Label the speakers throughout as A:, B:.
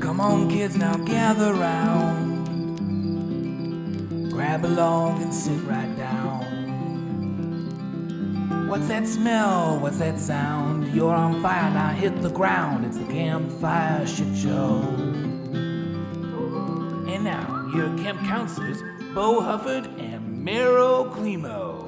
A: Come on, kids, now gather round. Grab along and sit right down. What's that smell? What's that sound? You're on fire, now hit the ground. It's the campfire shit show. And now, your camp counselors, Bo Hufford and Meryl Climo.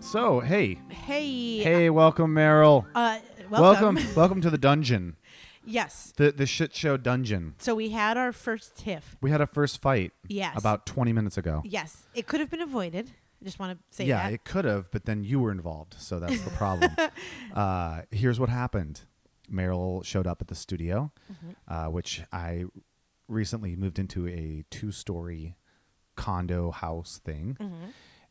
B: So, hey,
C: Hey,
B: hey, welcome, Meryl.
C: Uh, welcome.
B: Welcome, welcome to the dungeon,
C: yes.
B: the the shit show dungeon.
C: So we had our first tiff.
B: We had a first fight.
C: Yes.
B: About 20 minutes ago.
C: Yes, it could have been avoided. I just want to say
B: yeah,
C: that.
B: it could have, but then you were involved, so that's the problem. uh, here's what happened: Meryl showed up at the studio,
C: Mm-hmm.
B: uh, which I recently moved into a two-story condo house thing,
C: Mm-hmm.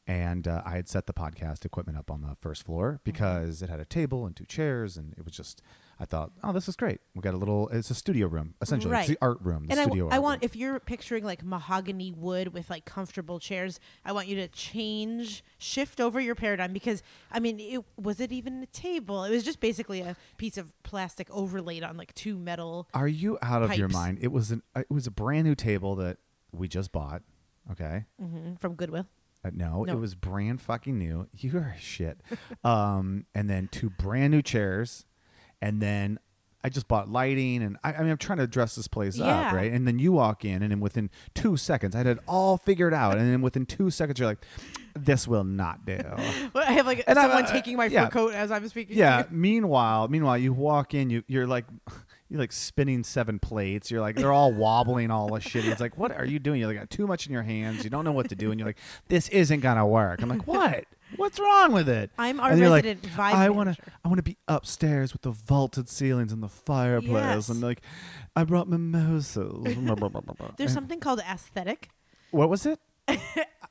B: and uh, I had set the podcast equipment up on the first
C: Mm-hmm.
B: floor because it had a table and two chairs, and it was just. I thought, oh, this is great. We got a little. It's a studio room, essentially.
C: Right.
B: It's the art room, the
C: and I,
B: studio.
C: w- I
B: art
C: want
B: room.
C: if you're picturing like mahogany wood with like comfortable chairs, I want you to change, shift over your paradigm because I mean, it was it even a table? It was just basically a piece of plastic overlaid on like two metal.
B: Are you out of your
C: pipes.
B: mind? It was an. uh, It was a brand new table that we just bought. Okay.
C: Mhm, from Goodwill.
B: Uh, no,
C: No.
B: it was brand fucking new. You are shit. um, and then two brand new chairs, and then I just bought lighting, and I, I mean I'm trying to dress this place up,
C: Yeah.
B: right? And then you walk in, and then within two seconds, I had it all figured out, and then within two seconds, you're like, "This will not do."
C: Well, I have like
B: And I-
C: someone
B: uh,
C: taking my fur
B: yeah.
C: coat as I'm speaking. to
B: yeah.
C: you.
B: Meanwhile, meanwhile, you walk in, you you're like. You're like spinning seven plates. You're like they're all wobbling, all the shit. It's like, what are you doing? You're like got too much in your hands. You don't know what to do, and you're like, this isn't gonna work. I'm like, what? What's wrong with it?
C: I'm our
B: And you're
C: resident
B: like,
C: vibe
B: I wanna,
C: manager."
B: I wanna be upstairs with the vaulted ceilings and the fireplace,
C: Yes.
B: and like, I brought mimosas.
C: There's something called aesthetic.
B: what was it?
C: A-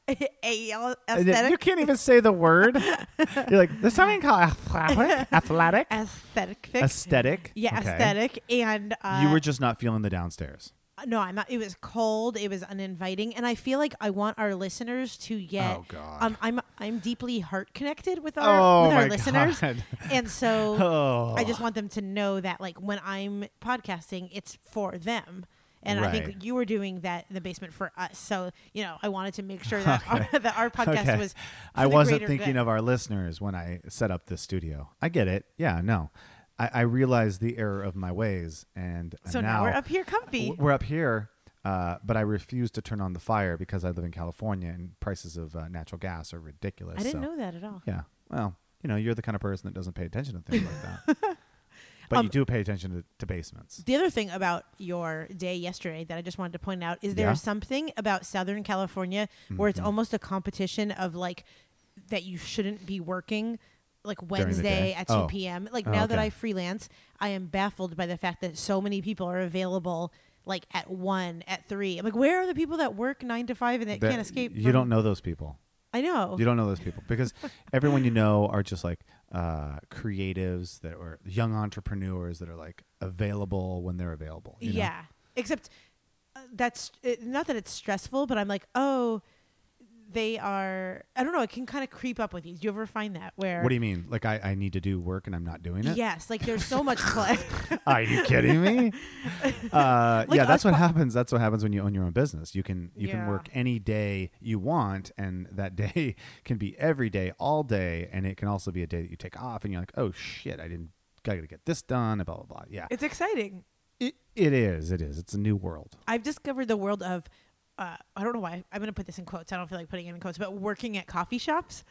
B: And then-
C: aesthetic.
B: You can't even say the word. You're like, there's something called athletic. Athletic.
C: aesthetic. fix.
B: Aesthetic.
C: Yeah,
B: Okay.
C: aesthetic. And uh,
B: you were just not feeling the downstairs.
C: no, I'm not. It was cold. It was uninviting, and I feel like I want our listeners to get.
B: Oh, God. Oh,
C: Um, I'm I'm deeply heart connected with our with our listeners,
B: God.
C: and so
B: Oh.
C: I just want them to know that like when I'm podcasting, it's for them. And I
B: Right.
C: think you were doing that in the basement for us. So, you know, I wanted to make sure that, our, that our podcast
B: Okay.
C: was. for
B: I
C: the
B: wasn't
C: greater
B: thinking
C: good.
B: of our listeners when I set up this studio. I get it. Yeah, no. I, I realized the error of my ways and
C: So
B: now,
C: now, we're up here comfy.
B: w- We're up here. Uh, but I refuse to turn on the fire because I live in California and prices of uh, natural gas are ridiculous.
C: I didn't
B: so-
C: know that at all.
B: Yeah. Well, you know, you're the kind of person that doesn't pay attention to things like that. But
C: Um,
B: you do pay attention to, to basements.
C: The other thing about your day yesterday that I just wanted to point out is there
B: Yeah. Mm-hmm.
C: is something about Southern California where it's almost a competition of like that you shouldn't be working like
B: the
C: Wednesday
B: day?
C: at 2
B: Oh.
C: p.m. Like
B: Oh,
C: now that
B: okay.
C: I freelance, I am baffled by the fact that so many people are available like at 1, at 3. I'm like, where are the people that work 9 to 5 and that,
B: That-
C: can't escape?
B: You
C: from-
B: don't know those people.
C: I know.
B: You don't know those people because everyone you know are just like uh, creatives that are young entrepreneurs that are like available when they're available. you know?
C: uh, Yeah. Except uh, that's it, not that it's stressful, but I'm like, oh, they are. I don't know. It can kind of creep up with you. Do you ever find that where?
B: What do you mean? Like I, I need to do work and I'm not doing it?
C: Yes, like there's so much play.
B: Are you kidding me? Uh,
C: Like
B: yeah, that's
C: us
B: what happens. That's what happens when you own your own business. You can you can
C: Yeah.
B: work any day you want, and that day can be every day, all day, and it can also be a day that you take off, and you're like, oh shit, I didn't. I gotta get this done. and Blah blah blah. Yeah,
C: it's exciting.
B: it, it is. It is. It's a new world.
C: I've discovered the world of. Uh, I don't know why I'm going to put this in quotes. I don't feel like putting it in quotes, but working at coffee shops.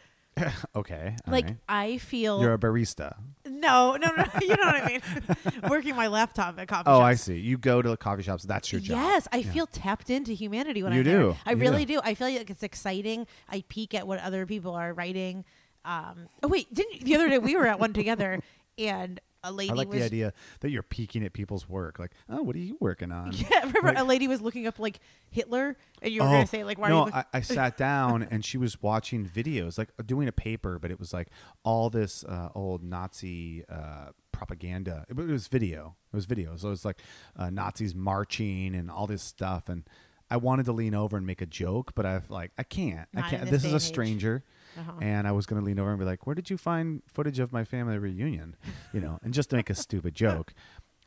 B: Okay. all
C: like
B: right.
C: I feel
B: you're a barista.
C: no, no, no. You know what I mean. working my laptop at coffee.
B: Oh,
C: shops.
B: I see. You go to coffee shops. That's your job.
C: Yes, I feel tapped into humanity when
B: You
C: I'm there.
B: do.
C: I
B: You
C: really
B: do.
C: do. I feel like it's exciting. I peek at what other people are writing. Um, oh wait, didn't the other day we were at one together and a lady
B: I like
C: was
B: the idea that you're peeking at people's work. Like, oh, what are you working on?
C: Yeah, remember a lady was looking up like Hitler and you were
B: Oh,
C: gonna say like why
B: no,
C: are you look-
B: I, I sat down and she was watching videos, like uh, doing a paper, but it was like all this uh, old Nazi uh, propaganda. It, it was video. It was video. So it was like uh, Nazis marching and all this stuff. And I wanted to lean over and make a joke, but I've like I can't. I
C: Not in
B: can't.
C: this
B: This, is
C: day
B: a
C: and age.
B: stranger.
C: Uh-huh.
B: And I was going to lean over and be like, "Where did you find footage of my family reunion?" You know, and just to make a stupid joke.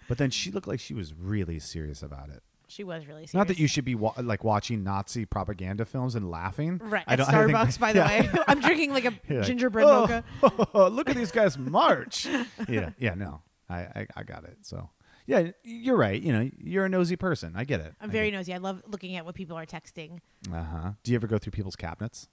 B: But then she looked like she was really serious about it.
C: she was really serious.
B: Not that you should be wa- like watching Nazi propaganda films and laughing.
C: right
B: I
C: at
B: don't- I
C: Starbucks
B: think-
C: by the
B: yeah.
C: way. I'm drinking like a
B: You're like,
C: gingerbread
B: "Oh,
C: mocha.
B: look at these guys march. yeah, yeah, no, I, I, I got it. So, yeah, you're right. You know, you're a nosy person. I get it.
C: I'm very nosy. I love looking at what people are texting.
B: Uh huh. Do you ever go through people's cabinets?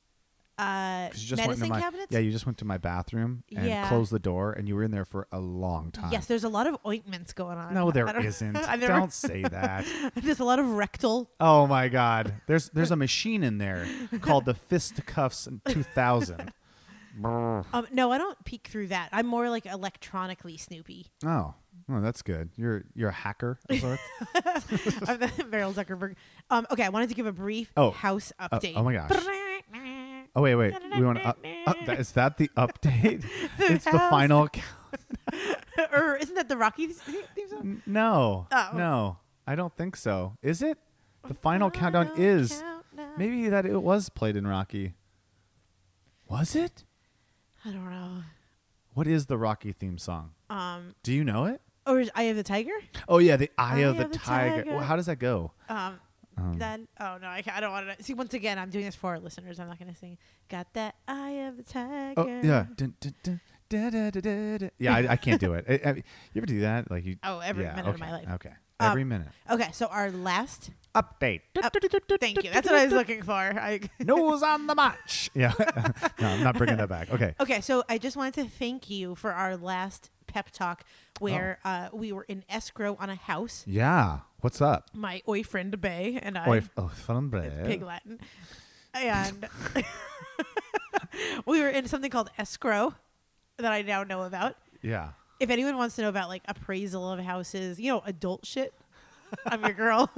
C: Uh,
B: 'Cause you just went
C: medicine
B: into my,
C: cabinets.
B: Yeah, you just went to my bathroom and
C: Yeah.
B: closed the door, and you were in there for a long time.
C: Yes, there's a lot of ointments going on.
B: No,
C: I
B: there
C: don't-
B: isn't.
C: I've never-
B: Don't say that.
C: There's a lot of rectal.
B: Oh my God! There's there's a machine in there called the Fistcuffs 2000. Oh,
C: Um, no, I don't peek through that. I'm more like electronically Snoopy.
B: Oh, well, that's good. You're you're a hacker. of sorts.
C: I'm the Meryl Zuckerberg. Um, okay, I wanted to give a brief
B: Oh.
C: house update.
B: oh my gosh. oh wait, wait. We want to. Up, up- that- is that the update? it's the
C: house-
B: final. c-
C: or isn't that the Rocky theme song?
B: N- No,
C: Oh.
B: no, I don't think so. Is it? The final countdown is.
C: Countdown.
B: Maybe that it was played in Rocky. Was it?
C: I don't know.
B: What is the Rocky theme song?
C: Um,
B: Do you know it?
C: or is Eye of the Tiger?
B: Oh yeah, the Eye,
C: Eye
B: of the,
C: of the
B: Tiger.
C: Tiger.
B: Well, how does that go?
C: Um, then oh no, I, ca- I don't want to see. Once again, I'm doing this for our listeners. I'm not going to sing. Got that Eye of the Tiger.
B: Oh yeah. Dun, dun, dun, da, da, da, da, da. Yeah, I, I can't do it. I- I- you ever do that? Like you?
C: Oh, every
B: yeah,
C: minute of
B: okay,
C: my life.
B: Okay,
C: Um,
B: every minute.
C: Okay, so our last.
B: Update.
C: up- thank you. That's what I was looking for. I,
B: News on the match. Yeah. no, I'm not bringing that back. Okay.
C: okay, so I just wanted to thank you for our last pep talk where
B: Oh.
C: uh, we were in escrow on a house.
B: Yeah. What's up?
C: My oi friend Bay and I.
B: Oi, oh, fun
C: Pig Latin. And we were in something called escrow that I now know about.
B: Yeah.
C: If anyone wants to know about like appraisal of houses, you know, adult shit, I'm your girl.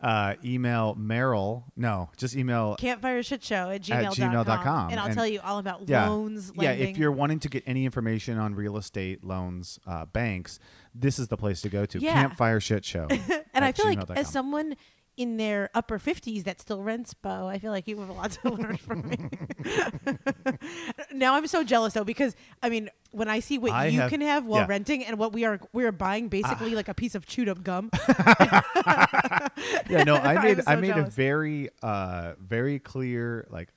B: Uh, email Meryl. No, just email.
C: Campfire shit show at gmail.com.
B: gmail.com.
C: And I'll
B: And-
C: tell you all about
B: yeah.
C: loans,
B: yeah.
C: lending.
B: If you're wanting to get any information on real estate, loans, uh, banks, this is the place to go to.
C: Yeah.
B: Campfire Shit Show.
C: and I
B: at
C: feel like
B: gmail.com.
C: as someone in their upper 50s that still rents Bo, I feel like you have a lot to learn from me. now I'm so jealous though because I mean when I see what
B: I
C: you
B: have-
C: can have while
B: yeah. Ah.
C: renting and what we are we are buying basically like a piece of chewed up gum.
B: yeah, no, I
C: I'm
B: made I
C: so
B: made a
C: jealous.
B: very uh very clear like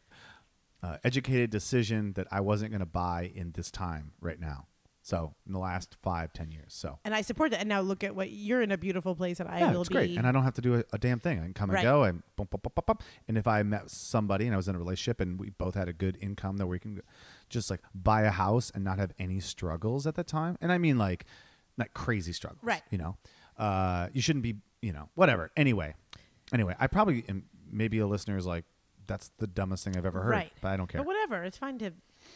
B: uh, educated decision that I wasn't going to buy in this time right now. So in the last five ten years, so
C: and I support that. And now look at what you're in a beautiful place, and I
B: yeah,
C: will
B: it's
C: be.
B: great, and I don't have to do a, a damn thing. I can come
C: Right.
B: and go, and bum, bum, bum, bum, bum. and if I met somebody and I was in a relationship and we both had a good income, that we can just like buy a house and not have any struggles at the time. And I mean like not crazy struggles,
C: Right.
B: You know, uh, you shouldn't be, you know, whatever. Anyway, anyway, I probably am, maybe a listener is like, that's the dumbest thing I've ever heard,
C: right,
B: but I don't care.
C: But whatever, it's fine to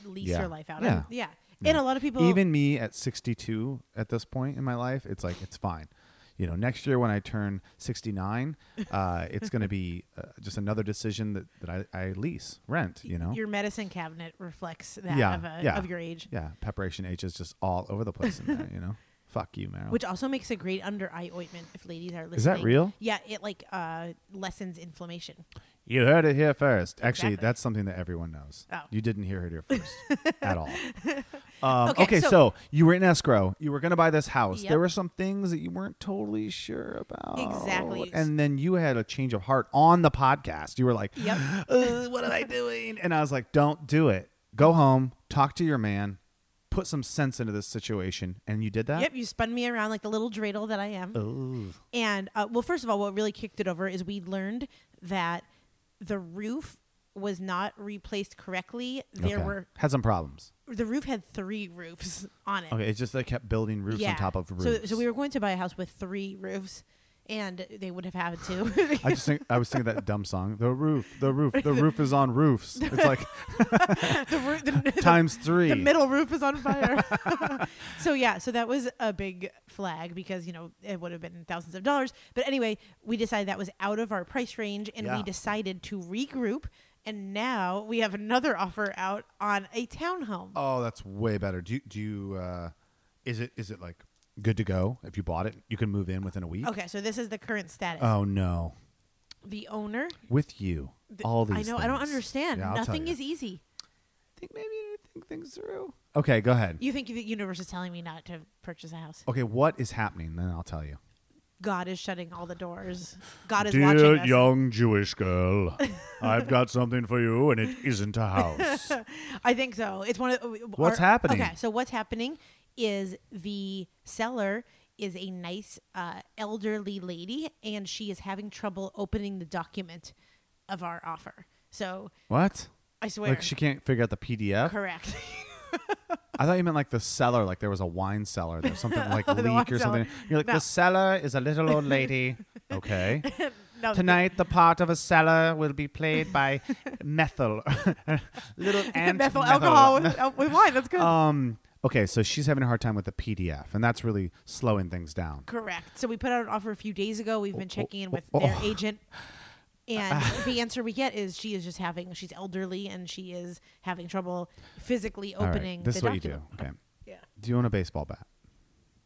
C: lease
B: Yeah.
C: your life out.
B: Yeah.
C: And, yeah. And a lot of people
B: even me at 62 at this point in my life it's like it's fine you know next year when i turn 69 uh, it's going to be uh, just another decision that, that I, I lease rent you know
C: your medicine cabinet reflects that
B: Yeah,
C: of, a,
B: yeah.
C: of your age.
B: yeah preparation h is just all over the place in there you know fuck you Meryl.
C: Which also makes a great under eye ointment if ladies are listening.
B: Is that real?
C: Yeah, it like uh, lessens inflammation.
B: You heard it here first. Actually,
C: Exactly.
B: that's something that everyone knows.
C: Oh.
B: You didn't hear it here first at all. Um, okay,
C: Okay,
B: so,
C: so-
B: you were in escrow. You were going to buy this house.
C: Yep.
B: There were some things that you weren't totally sure about.
C: Exactly.
B: And then you had a change of heart on the podcast. You were like,
C: Yep.
B: "Ugh, what am I doing? And I was like, don't do it. Go home, talk to your man, put some sense into this situation. And you did that?
C: Yep, you spun me around like the little dreidel that I am.
B: Oh. Ooh.
C: And uh, well, first of all, what really kicked it over is we learned that the roof was not replaced correctly. There
B: Okay.
C: were
B: Had some problems.
C: the roof had three roofs on it.
B: Okay, it's just they kept building roofs on top of roofs.
C: So, so we were going to buy a house with three roofs, and they would have had to.
B: I just think I was thinking that dumb song. The roof, the roof, the roof is on roofs. It's like
C: the, roo- the,
B: times three.
C: the middle roof is on fire. so yeah, so that was a big flag because you know it would have been thousands of dollars. But anyway, we decided that was out of our price range, and
B: Yeah.
C: we decided to regroup. And now we have another offer out on a townhome.
B: Oh, that's way better. Do you, do you uh, is it is it like good to go? If you bought it, you can move in within a week.
C: Okay, so this is the current status.
B: Oh no,
C: the owner,
B: with you, all these.
C: I know, I don't
B: things.
C: understand.
B: Yeah, I'll tell
C: Nothing
B: you.
C: is e easy.
B: I think maybe you didn't think things through. Okay, go ahead.
C: You think the universe is telling me not to purchase a house?
B: okay, what is happening? Then I'll tell you.
C: God is shutting all the doors. God is watching us.
B: young Jewish girl, I've got something for you, and it isn't a house.
C: I think so. It's one of uh,
B: What's happening?
C: Okay, so what's happening is the seller is a nice uh, elderly lady, and she is having trouble opening the document of our offer. So
B: what?
C: I swear,
B: Like she can't figure out the PDF.
C: correct.
B: I thought you meant like the cellar, like there was a wine cellar, there was something like
C: Oh, the wine
B: leak or something.
C: cellar.
B: You're like
C: No.
B: the cellar is a little old lady. okay.
C: No,
B: Tonight, the part of a cellar will be played by methyl, little
C: methyl,
B: ant
C: alcohol with, uh, with wine. That's good.
B: Um. Okay, so she's having a hard time with the PDF, and that's really slowing things down.
C: correct. So we put out an offer a few days ago. We've been checking in with
B: oh,
C: their agent. And the answer we get is she is just having she's elderly and she is having trouble physically
B: All right,
C: opening.
B: this
C: the
B: is what
C: document.
B: you do. Okay.
C: Yeah.
B: Do you own a baseball bat?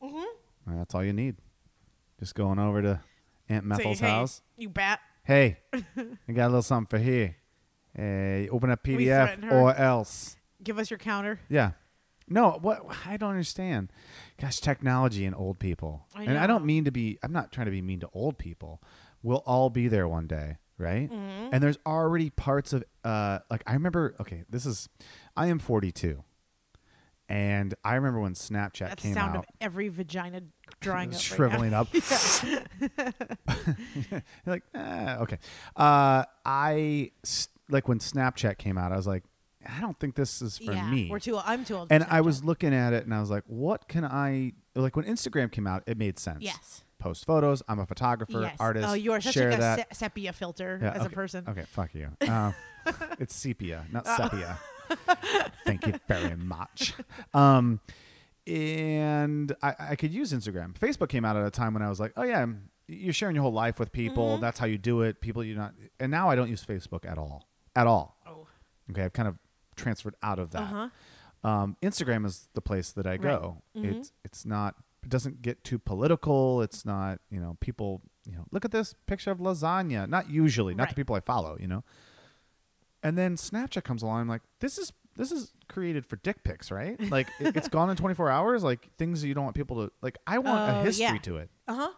B: Mm-hmm. that's all you need. Just going over to Aunt
C: So you-
B: Methel's
C: hey,
B: house.
C: You bat.
B: Hey, I got a little something for here. Hey, open up
C: threaten
B: PDF
C: her.
B: or else.
C: Give us your counter.
B: Yeah. No, what I don't understand. Gosh, technology and old people.
C: I
B: and I don't
C: know.
B: mean to be I'm not trying to be mean to old people. We'll all be there one day, right?
C: Mm-hmm.
B: And there's already parts of uh like I remember okay, this is I am 42. And I remember when Snapchat
C: That's the
B: came
C: sound
B: out.
C: of every vagina drying up. Right
B: shriveling up. You're like, ah, okay. Uh, I s- like when Snapchat came out. I was like, I don't think this is
C: now.
B: for
C: yeah,
B: me.
C: we're too. I'm too old. for
B: and I was
C: Snapchat.
B: looking at it, and I was like, what can I like? When Instagram came out, it made sense.
C: Yes.
B: Post photos. I'm a photographer,
C: yes.
B: artist.
C: Oh, you are such
B: share
C: like a
B: that.
C: se- sepia filter
B: Yeah,
C: as
B: okay,
C: a person. Oh.
B: Okay, fuck you. Um, it's sepia, not sepia. Thank you very much. Um, and I, I could use Instagram. Facebook came out at a time when I was like, oh yeah, I'm- you're sharing your whole life with people.
C: Mm-hmm.
B: That's how you do it. People you not. And now I don't use Facebook at all. At all.
C: Oh.
B: Okay, I've kind of transferred out of that.
C: Uh-huh.
B: Um, Instagram is the place that I go.
C: Mm-hmm.
B: It's it's not it doesn't get too political. It's not you know people you know look at this picture of lasagna. Not usually, not the
C: Right.
B: people I follow. You know, and then Snapchat comes along. I'm like, this is this is created for dick pics, right? Like it, it's gone in 24 hours. Like things that you don't want people to like. I want a
C: Oh,
B: history
C: yeah.
B: to it.
C: Uh huh.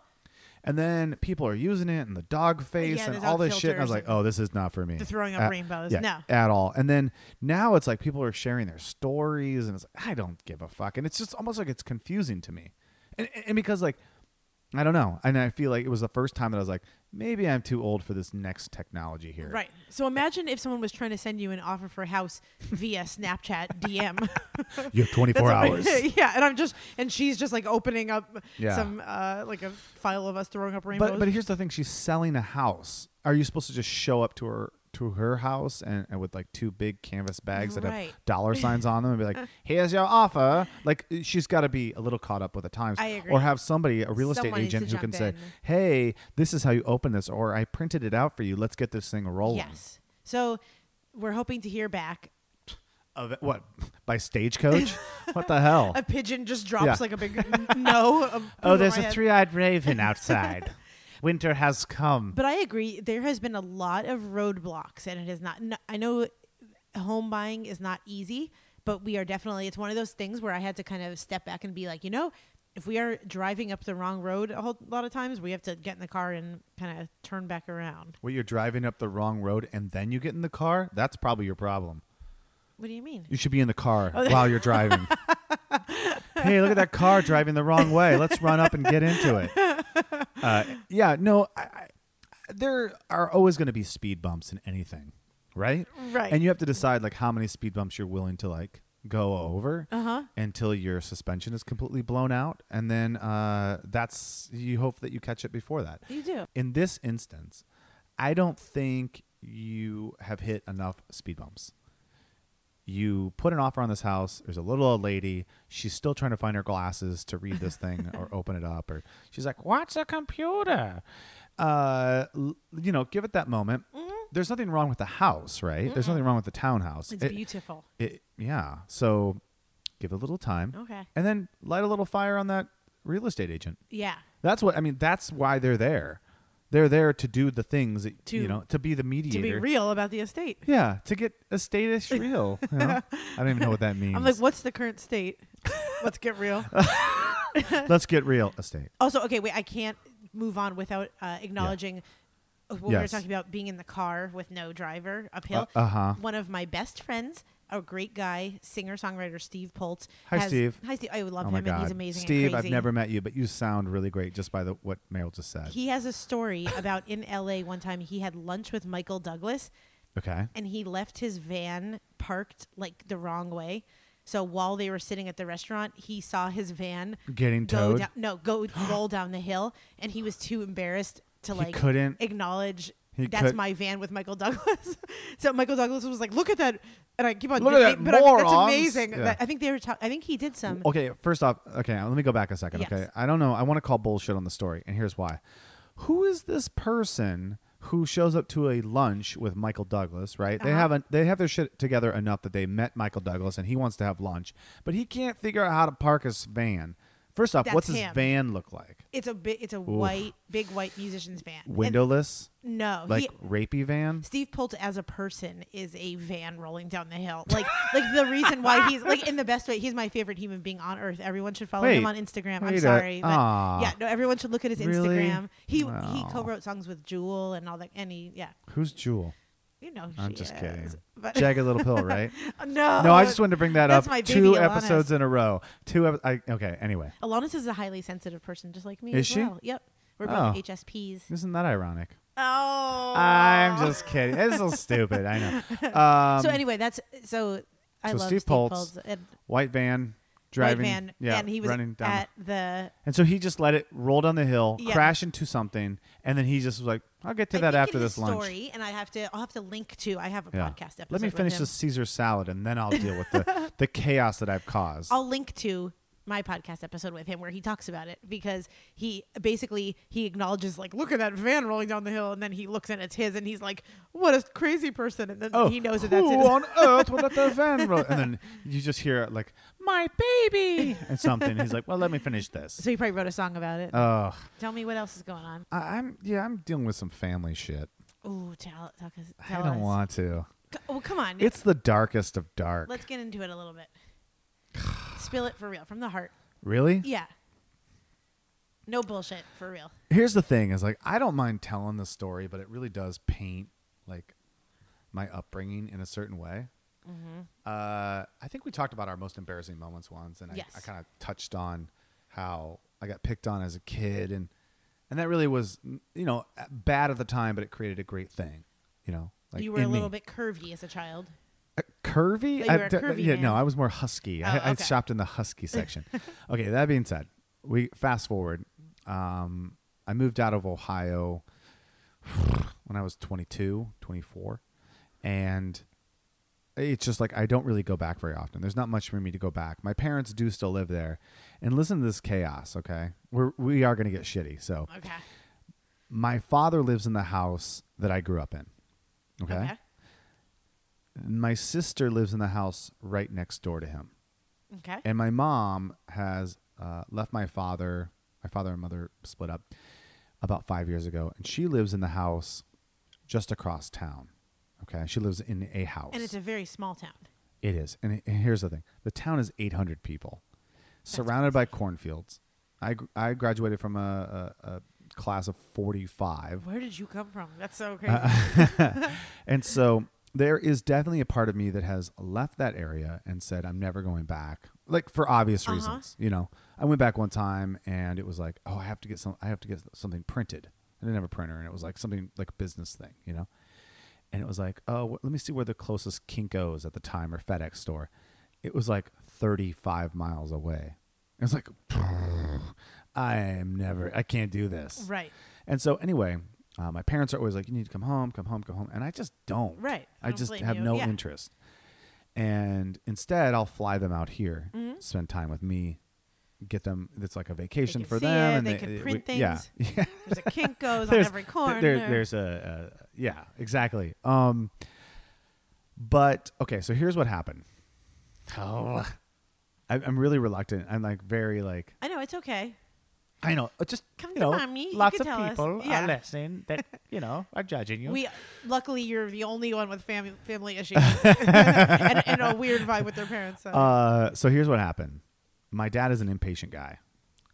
B: And then people are using it and the dog face
C: Uh, Yeah,
B: and
C: the
B: all
C: dog
B: this shit. And I was like,
C: filters and
B: oh, this is not for me.
C: the throwing up
B: At-
C: rainbows.
B: yeah,
C: No.
B: At all. And then now it's like people are sharing their stories and it's like, I don't give a fuck. And it's just almost like it's confusing to me. And, and because, like, I don't know. And I feel like it was the first time that I was like, maybe I'm too old for this next technology here.
C: Right. So imagine if someone was trying to send you an offer for a house via Snapchat DM.
B: You have 24 hours.
C: yeah, and I'm just and she's just like opening up
B: Yeah.
C: some uh like a file of us throwing up rainbows.
B: but, but here's the thing she's selling a house. Are you supposed to just show up to her? To her house and, and with like two big canvas bags that have
C: Right.
B: dollar signs on them, and be like, "Here's your offer." Like she's got to be a little caught up with the times,
C: I agree.
B: or have somebody, a real
C: Someone
B: estate
C: needs to
B: agent, who can
C: jump
B: say,
C: in.
B: "Hey, this is how you open this," or "I printed it out for you. Let's get this thing rolling."
C: yes. So we're hoping to hear back.
B: Of what by stagecoach? what the hell?
C: A pigeon just drops
B: Yeah.
C: like a big n- no. of-
B: oh,
C: over
B: there's
C: my
B: a
C: head.
B: three-eyed raven outside. Winter has come.
C: But I agree. There has been a lot of roadblocks, and it has not. n I I know home buying is not easy, but we are definitely. It's one of those things where I had to kind of step back and be like, you know, if we are driving up the wrong road a whole lot of times, we have to get in the car and kind of turn back around.
B: Well, you're driving up the wrong road and then you get in the car. That's probably your problem.
C: What do you mean?
B: You should be in the car
C: Oh,
B: while you're driving. hey, look at that car driving the wrong way. Let's run up and get into it. Uh, yeah, no, I, I, there are always going to be speed bumps in anything, right?
C: Right.
B: And you have to decide like how many speed bumps you're willing to like go over
C: Uh-huh.
B: until your suspension is completely blown out, and then uh, that's you hope that you catch it before that.
C: You do.
B: In this instance, I don't think you have hit enough speed bumps. You put an offer on this house. There's a little old lady. She's still trying to find her glasses to read this thing or open it up. Or she's like, "What's a computer?" Uh, l- you know, give it that moment.
C: Mm-hmm.
B: There's nothing wrong with the house, right? There's nothing wrong with the townhouse.
C: It's
B: It-
C: beautiful.
B: it, yeah. So give it a little time.
C: Okay.
B: And then light a little fire on that real estate agent.
C: Yeah.
B: That's what I mean. That's why they're there. They're there to do the things that,
C: To-
B: you know, to be the mediator.
C: To be real about the estate.
B: Yeah, to get a statish real. you know? I don't even know what that means.
C: I'm like, what's the current state? Let's get real.
B: Let's get real estate.
C: Also, okay, wait, I can't move on without uh, acknowledging what we were
B: Yes.
C: talking about being in the car with no driver uphill.
B: Uh, uh-huh.
C: One of my best friends, a great guy, singer songwriter Steve Poltz.
B: Hi,
C: has-
B: Steve.
C: Hi, Steve. I love
B: oh
C: him,
B: my
C: and
B: god,
C: he's amazing. and
B: Steve. I've
C: crazy.
B: never met you, but you sound really great just by the what Meryl just said.
C: He has a story about in LA one time he had lunch with Michael Douglas
B: okay.
C: and he left his van parked like the wrong way. So while they were sitting at the restaurant, he saw his van
B: Getting
C: go
B: towed?
C: down, no, go roll down the hill, and he was too embarrassed to like
B: couldn't-
C: acknowledge
B: He
C: that's
B: could-
C: my van with Michael Douglas. so Michael Douglas was like, "Look at that!" And I keep on
B: Look at that,
C: but I mean, that's
B: morons.
C: amazing.
B: Yeah. Oh.
C: That- I think they were. Ta- I think he did some.
B: Okay, first off, okay, let me go back a second.
C: Yes.
B: Okay, I don't know. I want to call bullshit on the story, and here's why. Who is this person who shows up to a lunch with Michael Douglas? Right? They
C: Uh-huh.
B: haven't. They have their shit together enough that they met Michael Douglas, and he wants to have lunch, but he can't figure out how to park his van. First off,
C: That's
B: what's his
C: him.
B: van look like?
C: It's a bit. It's a white, big white musician's van. And-
B: Windowless,
C: no,
B: like
C: he-
B: rapey van.
C: Steve Pult as a person is a van rolling down the hill. Like like the reason why he's like in the best way, he's my favorite human being on earth. Everyone should follow him
B: Wait,
C: on Instagram.
B: wait
C: I'm
B: a-
C: sorry. but
B: aw.
C: yeah, no, everyone should look at his
B: Really?
C: Instagram. He he
B: Wow.
C: co-wrote songs with Jewel and all that and he yeah,
B: Who's Jewel?
C: you know who
B: I'm
C: she
B: just
C: is.
B: kidding.
C: But
B: Jagged Little Pill, right?
C: no.
B: No, I just wanted to bring that
C: That's
B: up.
C: my baby
B: Two
C: Alanis.
B: episodes in a row. Two. Ep- I, okay. Anyway,
C: Alanis is a highly sensitive person just like me
B: Is
C: as
B: she?
C: well. Yep. We're
B: Oh.
C: both HSPs.
B: isn't that ironic?
C: Oh.
B: I'm just kidding. It's so stupid. I know. Um,
C: So anyway, that's so I
B: so
C: love
B: Steve
C: Steve,
B: Pultz,
C: Pultz and
B: white van
C: White
B: driving.
C: Van,
B: yeah,
C: and he was
B: running down.
C: at the
B: and so he just let it roll down the hill,
C: Yeah.
B: crash into something, and then he just was like, "I'll get to
C: I
B: that
C: think
B: after
C: in
B: this
C: his
B: lunch."
C: Story, and I have to. I'll have to link to. I have a
B: Yeah.
C: podcast episode.
B: Let me
C: with
B: finish
C: him.
B: this Caesar salad, and then I'll deal with the the chaos that I've caused.
C: I'll link to my podcast episode with him where he talks about it because he basically he acknowledges like look at that van rolling down the hill and then he looks and it's his and he's like what a crazy person and then
B: Oh,
C: he knows that that's
B: who
C: his.
B: on earth would let the van roll? And then you just hear like, "My baby" and something. He's like, "Well, let me finish this."
C: so he probably wrote a song about it.
B: Ugh.
C: tell me what else is going on.
B: I, I'm yeah, I'm dealing with some family shit.
C: Ooh, tell, tell, us-
B: I
C: tell
B: don't
C: us.
B: want to.
C: C- Oh, come on.
B: It's the darkest of dark.
C: Let's get into it a little bit. Spill it for real from the heart.
B: really?
C: Yeah. No bullshit for real.
B: Here's the thing: is like I don't mind telling the story, but it really does paint like my upbringing in a certain way.
C: Mm-hmm.
B: Uh, I think we talked about our most embarrassing moments once, and
C: Yes.
B: I, I kind of touched on how I got picked on as a kid, and and that really was you know bad at the time, but it created a great thing. You know, like
C: you were a
B: in
C: little
B: me.
C: bit curvy as a child.
B: Uh, curvy?
C: That you
B: I-
C: were a
B: d-
C: curvy
B: yeah, no,
C: man.
B: I was more husky. I,
C: Oh,
B: I
C: okay.
B: shopped in the husky section. okay, that being said, we fast forward. Um, I moved out of Ohio when I was 22, 24, and it's just like I don't really go back very often. There's not much for me to go back. My parents do still live there, and listen to this chaos. Okay, we're we are gonna get shitty. So
C: Okay.
B: my father lives in the house that I grew up in. okay.
C: Okay.
B: My sister lives in the house right next door to him.
C: Okay.
B: And my mom has uh, left my father. My father and mother split up. about five years ago, and she lives in the house just across town. Okay, she lives in a house.
C: And it's a very small town.
B: It is. And, it- and here's the thing the town is 800 people, surrounded by cornfields. I, gr- I graduated from a, a, a class of 45.
C: Where did you come from? That's
B: Uh,
C: so crazy.
B: And so there is definitely a part of me that has left that area and said, I'm never going back. Like for obvious
C: Uh-huh.
B: reasons, you know, I went back one time and it was like, oh, I have to get some, I have to get something printed. I didn't have a printer, and it was like something like a business thing, you know. And it was like, oh, wh- let me see where the closest Kinkos at the time or FedEx store. It was like 35 miles away. It was like, I am never, I can't do this.
C: right.
B: And so, anyway, uh, my parents are always like, "You need to come home, come home, come home," and I just don't.
C: Right. I
B: I,
C: don't
B: just
C: blame
B: have
C: you.
B: no
C: Yeah.
B: interest. And instead, I'll fly them out here,
C: Mm-hmm.
B: spend time with me, get them. It's like a vacation
C: can
B: for
C: see
B: them,
C: it,
B: and uh,
C: they can print
B: we- Yeah,
C: things. There's a Kinko's on
B: There's-
C: every
B: th-
C: corner.
B: there- there's a, a yeah, exactly. Um, but okay, so here's what happened. Oh, I, I'm really reluctant. I'm like very like
C: I know it's okay.
B: I know. uh, Just
C: Come
B: you
C: to
B: know,
C: mommy, you
B: Lots
C: can
B: of
C: tell us.
B: people
C: Yeah.
B: are listening that you know are judging you.
C: We luckily you're the only one with family family issues and, and a weird vibe with their parents. So.
B: uh, so here's what happened. My dad is an impatient guy,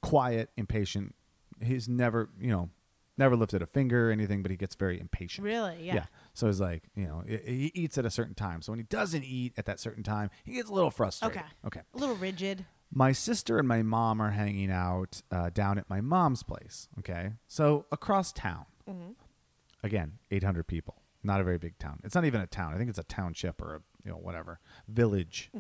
B: quiet, impatient. He's never, you know, never lifted a finger or anything, but he gets very impatient.
C: really? Yeah.
B: So he's like, you know, he- he eats at a certain time. So when he doesn't eat at that certain time, he gets a little frustrated.
C: Okay.
B: Okay.
C: A little rigid.
B: my sister and my mom are hanging out uh, down at my mom's place. Okay. So across town. Again, 800 people. Not a very big town. It's not even a town. I think it's a township or a, you know, whatever, village.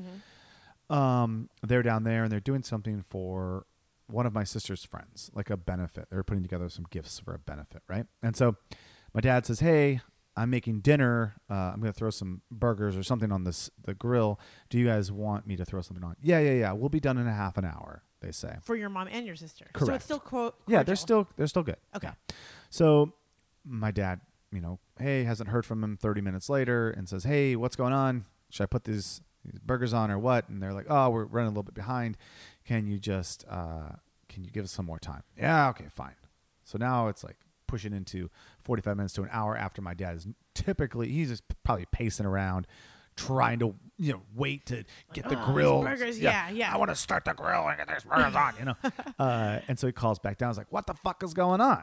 B: Um, they're down there and they're doing something for one of my sister's friends, like a benefit. They're putting together some gifts for a benefit, right? And so my dad says, Hey, I'm making dinner. Uh, I'm going to throw some burgers or something on this the grill. Do you guys want me to throw something on? Yeah, yeah, yeah. We'll be done in a half an hour, they say.
C: for your mom and your sister. So
B: Correct.
C: it's still quote.
B: Yeah, they're still they're still good.
C: Okay.
B: Yeah. So my dad, you know, hey, hasn't heard from him 30 minutes later and says, "Hey, what's going on? Should I put these, these burgers on or what?" And they're like, "Oh, we're running a little bit behind. Can you just uh can you give us some more time?" Yeah, okay, fine. So now it's like pushing into 45 minutes to an hour after my dad is typically he's just probably pacing around trying to you know wait to get the
C: "Oh, these
B: grill
C: burgers, yeah, yeah.
B: i want to start the grill and get these burgers on you know uh, and so he calls back down he's like what the fuck is going on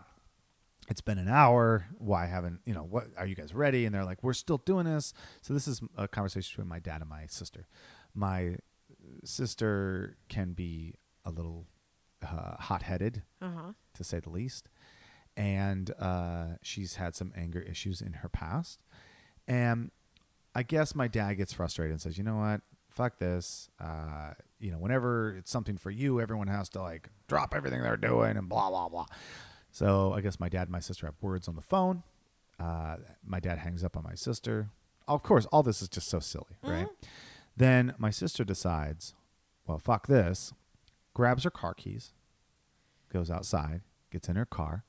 B: it's been an hour. Why haven't you know? What are you guys ready? And they're like, we're still doing this. So this is a conversation between my dad and my sister. My sister can be a little uh, hot-headed,
C: Uh huh.
B: to say the least, and uh, she's had some anger issues in her past. And I guess my dad gets frustrated and says, you know what? Fuck this. Uh, you know, whenever it's something for you, everyone has to like drop everything they're doing and blah, blah, blah. So I guess my dad and my sister have words on the phone. Uh, my dad hangs up on my sister. Of course, all this is just so silly, right? Then my sister decides, well, fuck this, grabs her car keys, goes outside, gets in her car,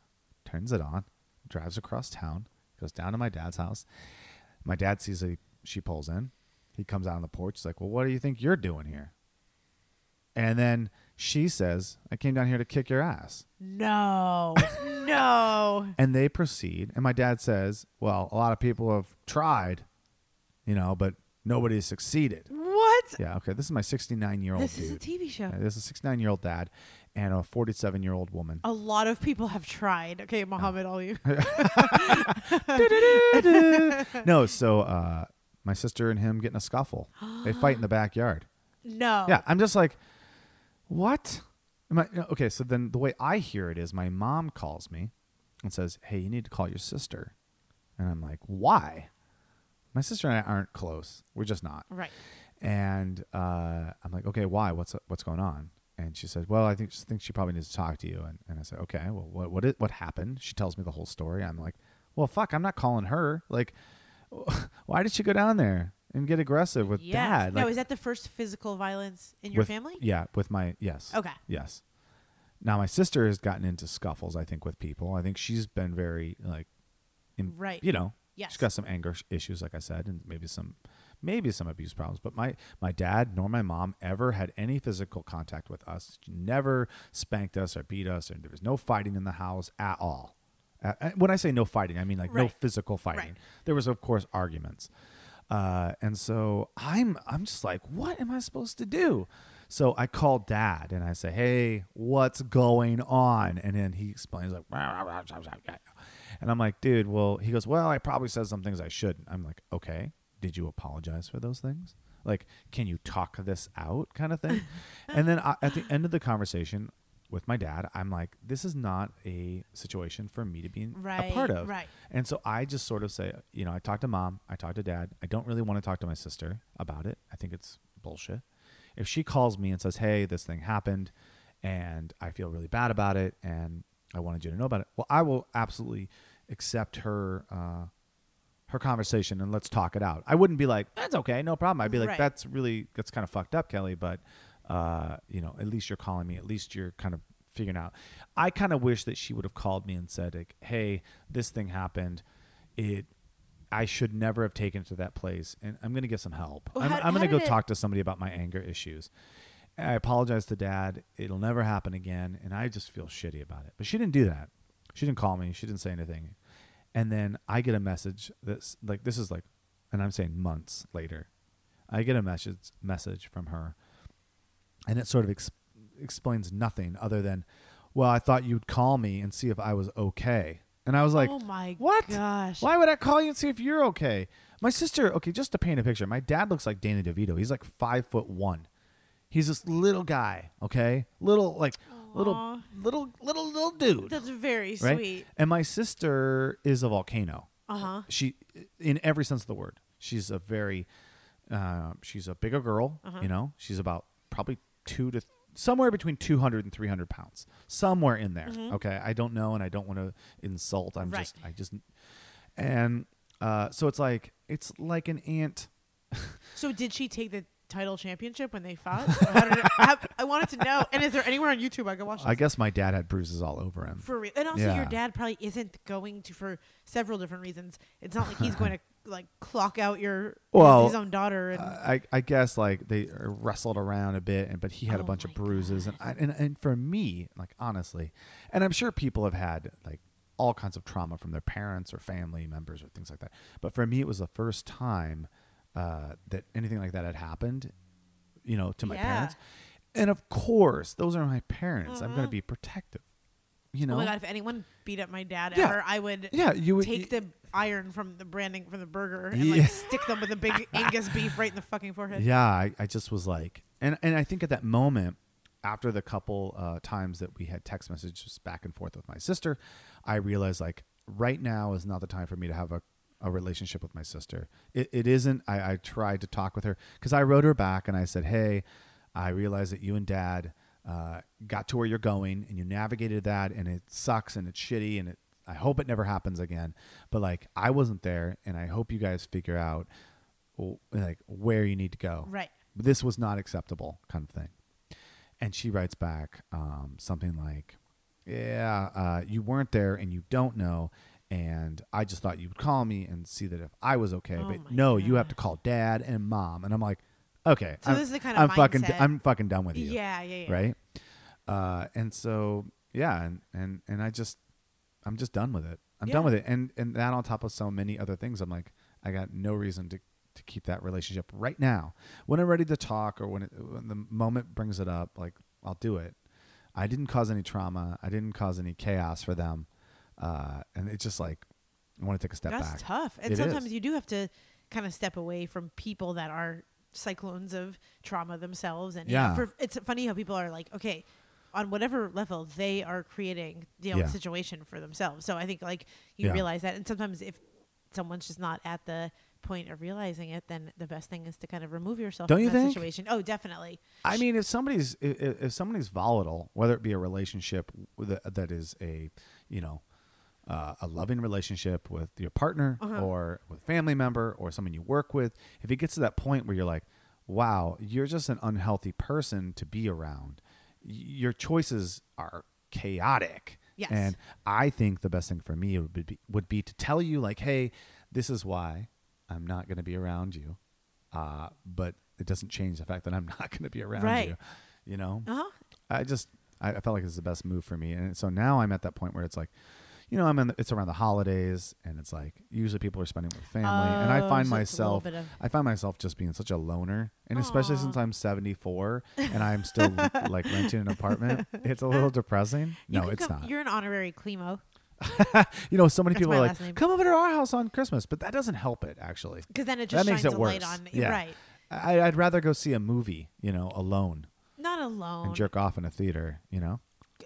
B: turns it on, drives across town, goes down to my dad's house. My dad sees that he, she pulls in. He comes out on the porch. He's like, Well, what do you think you're doing here? And then she says, I came down here to kick your ass.
C: No. no.
B: And they proceed. And my dad says, Well, a lot of people have tried, you know, but nobody has succeeded.
C: What?
B: Yeah, okay. This is my 69 year old
C: This
B: Oh, dude.
C: is a TV show.
B: Uh, This is a 69 year old dad and a 47 year old woman.
C: A lot of people have tried. Okay, Muhammad, all you.
B: No, so uh, my sister and him get in a scuffle. they fight in the backyard.
C: No.
B: Yeah, I'm just like, what? Am I, no, okay, so then the way I hear it is my mom calls me and says, hey, you need to call your sister. And I'm like, why? My sister and I aren't close. We're just not.
C: Right.
B: And uh, I'm like, okay, why? What's what's going on? And she said, well, I think she thinks she probably needs to talk to you. And, and I said, okay, well, what what it, what happened? She tells me the whole story. I'm like, well, fuck, I'm not calling her. Like, why did she go down there and get aggressive with
C: Yeah.
B: dad?
C: no,
B: Like,
C: is that the first physical violence in your
B: with-
C: family?
B: Yeah, with my yes.
C: Okay.
B: Yes. Now my sister has gotten into scuffles. I think with people. I think she's been very like, in,
C: Right.
B: You know.
C: Yes.
B: She's got some anger sh- issues, like I said, and maybe some, maybe some abuse problems. But my my dad nor my mom ever had any physical contact with us. She never spanked us or beat us, and there was no fighting in the house at all. Uh, uh, when I say no fighting, I mean like no
C: Right.
B: physical fighting.
C: Right.
B: There was, of course, arguments, uh, and so I'm I'm just like, what am I supposed to do? So I call dad and I say, hey, what's going on? And then he explains like, "Rah, rah, rah, rah, rah, rah." and I'm like, dude, well, he goes, well, I probably said some things I shouldn't. I'm like, okay, did you apologize for those things? Like, can you talk this out, kind of thing? and then I, at the end of the conversation with my dad, I'm like, this is not a situation for me to be a
C: Right,
B: part of.
C: right.
B: And so I just sort of say, you know, I talked to mom, I talked to dad. I don't really want to talk to my sister about it. I think it's bullshit. If she calls me and says, hey, this thing happened and I feel really bad about it and I wanted you to know about it, well, I will absolutely accept her. Uh, her conversation and let's talk it out. I wouldn't be like, that's okay, no problem. I'd be like,
C: Right.
B: that's really that's kind of fucked up, Kelly. But uh, you know, at least you're calling me. At least you're kind of figuring out. I kind of wish that she would have called me and said, like, hey, this thing happened. It. I should never have taken it to that place, and I'm going to get some help.
C: Well,
B: I'm,
C: how-
B: I'm going
C: how
B: to go
C: did it-
B: talk to somebody about my anger issues. I apologize to dad. It'll never happen again. And I just feel shitty about it. But she didn't do that. She didn't call me. She didn't say anything. And then I get a message that's like, this is like, and I'm saying months later, I get a message, message from her. And it sort of ex- explains nothing other than, well, I thought you'd call me and see if I was okay. And I was like,
C: oh my
B: what?
C: gosh.
B: Why would I call you and see if you're okay? My sister, okay, just to paint a picture, my dad looks like Danny DeVito. He's like five foot one. He's this little guy, okay? Little like little
C: Aw.
B: little little little dude.
C: That's very
B: right?
C: sweet.
B: And my sister is a volcano.
C: Uh huh.
B: She in every sense of the word. She's a very uh, she's a bigger girl,
C: Uh-huh.
B: you know. She's about probably 2 to somewhere between 200 and 300 pounds. Somewhere in there. Okay. I don't know and I don't want to insult. I'm
C: Mm-hmm. Right.
B: just I just and uh, so it's like it's like an ant.
C: So did she take the title championship when they fought? Or how did it- how- I wanted to know. And is there anywhere on YouTube I can watch? This?
B: I guess my dad had bruises all over him.
C: for real. And also,
B: Yeah.
C: your dad probably isn't going to for several different reasons. It's not like he's going to like clock out your
B: Well,
C: his own daughter. And
B: I, I guess like they uh, wrestled around a bit, and but he had a
C: Oh
B: bunch of
C: my
B: bruises, and, I, and and for me, like honestly, and I'm sure people have had like all kinds of trauma from their parents or family members or things like that. But for me, it was the first time uh, that anything like that had happened, you know, to my
C: Yeah.
B: parents. And of course, those are my parents. I'm going to be protective, you know.
C: Uh-huh. oh my god, if anyone beat up my dad
B: Yeah.
C: ever, I would
B: yeah, you would
C: take
B: y-
C: the iron from the branding from the burger and
B: Yeah.
C: like stick them with a big Angus beef right in the fucking forehead.
B: Yeah, I, I just was like, and and I think at that moment, after the couple uh, times that we had text messages back and forth with my sister, I realized like right now is not the time for me to have a, a relationship with my sister. It, it isn't. I, I tried to talk with her because I wrote her back and I said, hey, I realize that you and dad uh, got to where you're going and you navigated that and it sucks and it's shitty and it. I hope it never happens again, but like I wasn't there, and I hope you guys figure out w- like where you need to go.
C: Right.
B: This was not acceptable, kind of thing. And she writes back um, something like, "Yeah, uh, you weren't there, and you don't know." And I just thought you would call me and see that if I was okay,
C: Oh
B: but
C: my
B: no, you have to call dad and mom. And I'm like, okay,
C: So
B: I'm,
C: this is the kind of
B: I'm fucking, d-
C: mindset-
B: I'm fucking done with you,
C: Yeah, yeah, yeah.
B: right? Uh, and so yeah, and and and I just, I'm just done with it. I'm done
C: Yeah.
B: with it. And and that on top of so many other things, I'm like, I got no reason to to keep that relationship right now. When I'm ready to talk or when, it, when the moment brings it up, like I'll do it. I didn't cause any trauma. I didn't cause any chaos for them. Uh, and it's just like I want to take a step
C: That's
B: back.
C: tough. And
B: It
C: sometimes
B: is.
C: you do have to kind of step away from people that are cyclones of trauma themselves. And you know,
B: Yeah.
C: for, it's funny how people are like, okay, on whatever level they are creating the
B: Yeah.
C: situation for themselves. So I think like you
B: Yeah.
C: realize that. And sometimes if someone's just not at the point of realizing it, then the best thing is to kind of remove yourself
B: Don't
C: from
B: you
C: that
B: think?
C: situation. Oh, definitely.
B: I mean, if somebody's i- i- if somebody's volatile, whether it be a relationship that, that is a you know uh, a loving relationship with your partner
C: Uh-huh.
B: or with a family member or someone you work with, if it gets to that point where you're like, "Wow, you're just an unhealthy person to be around," y- your choices are chaotic.
C: Yes.
B: And I think the best thing for me would be would be to tell you like, "Hey, this is why I'm not going to be around you." Uh, but it doesn't change the fact that I'm not going to be around
C: Right.
B: you. You know,
C: Uh huh.
B: I just I, I felt like it was the best move for me, and so now I'm at that point where it's like, you know, I'm in the, it's around the holidays, and it's like usually people are spending with family, and I
C: Oh,
B: find
C: so it's a little
B: myself,
C: bit of-
B: I find myself just being such a loner, and especially
C: Aw.
B: since I'm 74 and I'm still like renting an apartment, it's a little depressing.
C: You
B: no,
C: could
B: it's
C: come-
B: not.
C: You're an honorary Climo
B: You know, so many
C: That's
B: people are
C: my
B: like,
C: last name.
B: "Come over to our house on Christmas," but that doesn't help it actually.
C: because then it
B: That
C: just
B: makes
C: shines
B: it
C: a
B: worse.
C: light on.
B: Yeah.
C: Right.
B: I, I'd rather go see a movie, you know, alone
C: Not alone.
B: and jerk off in a theater, you know.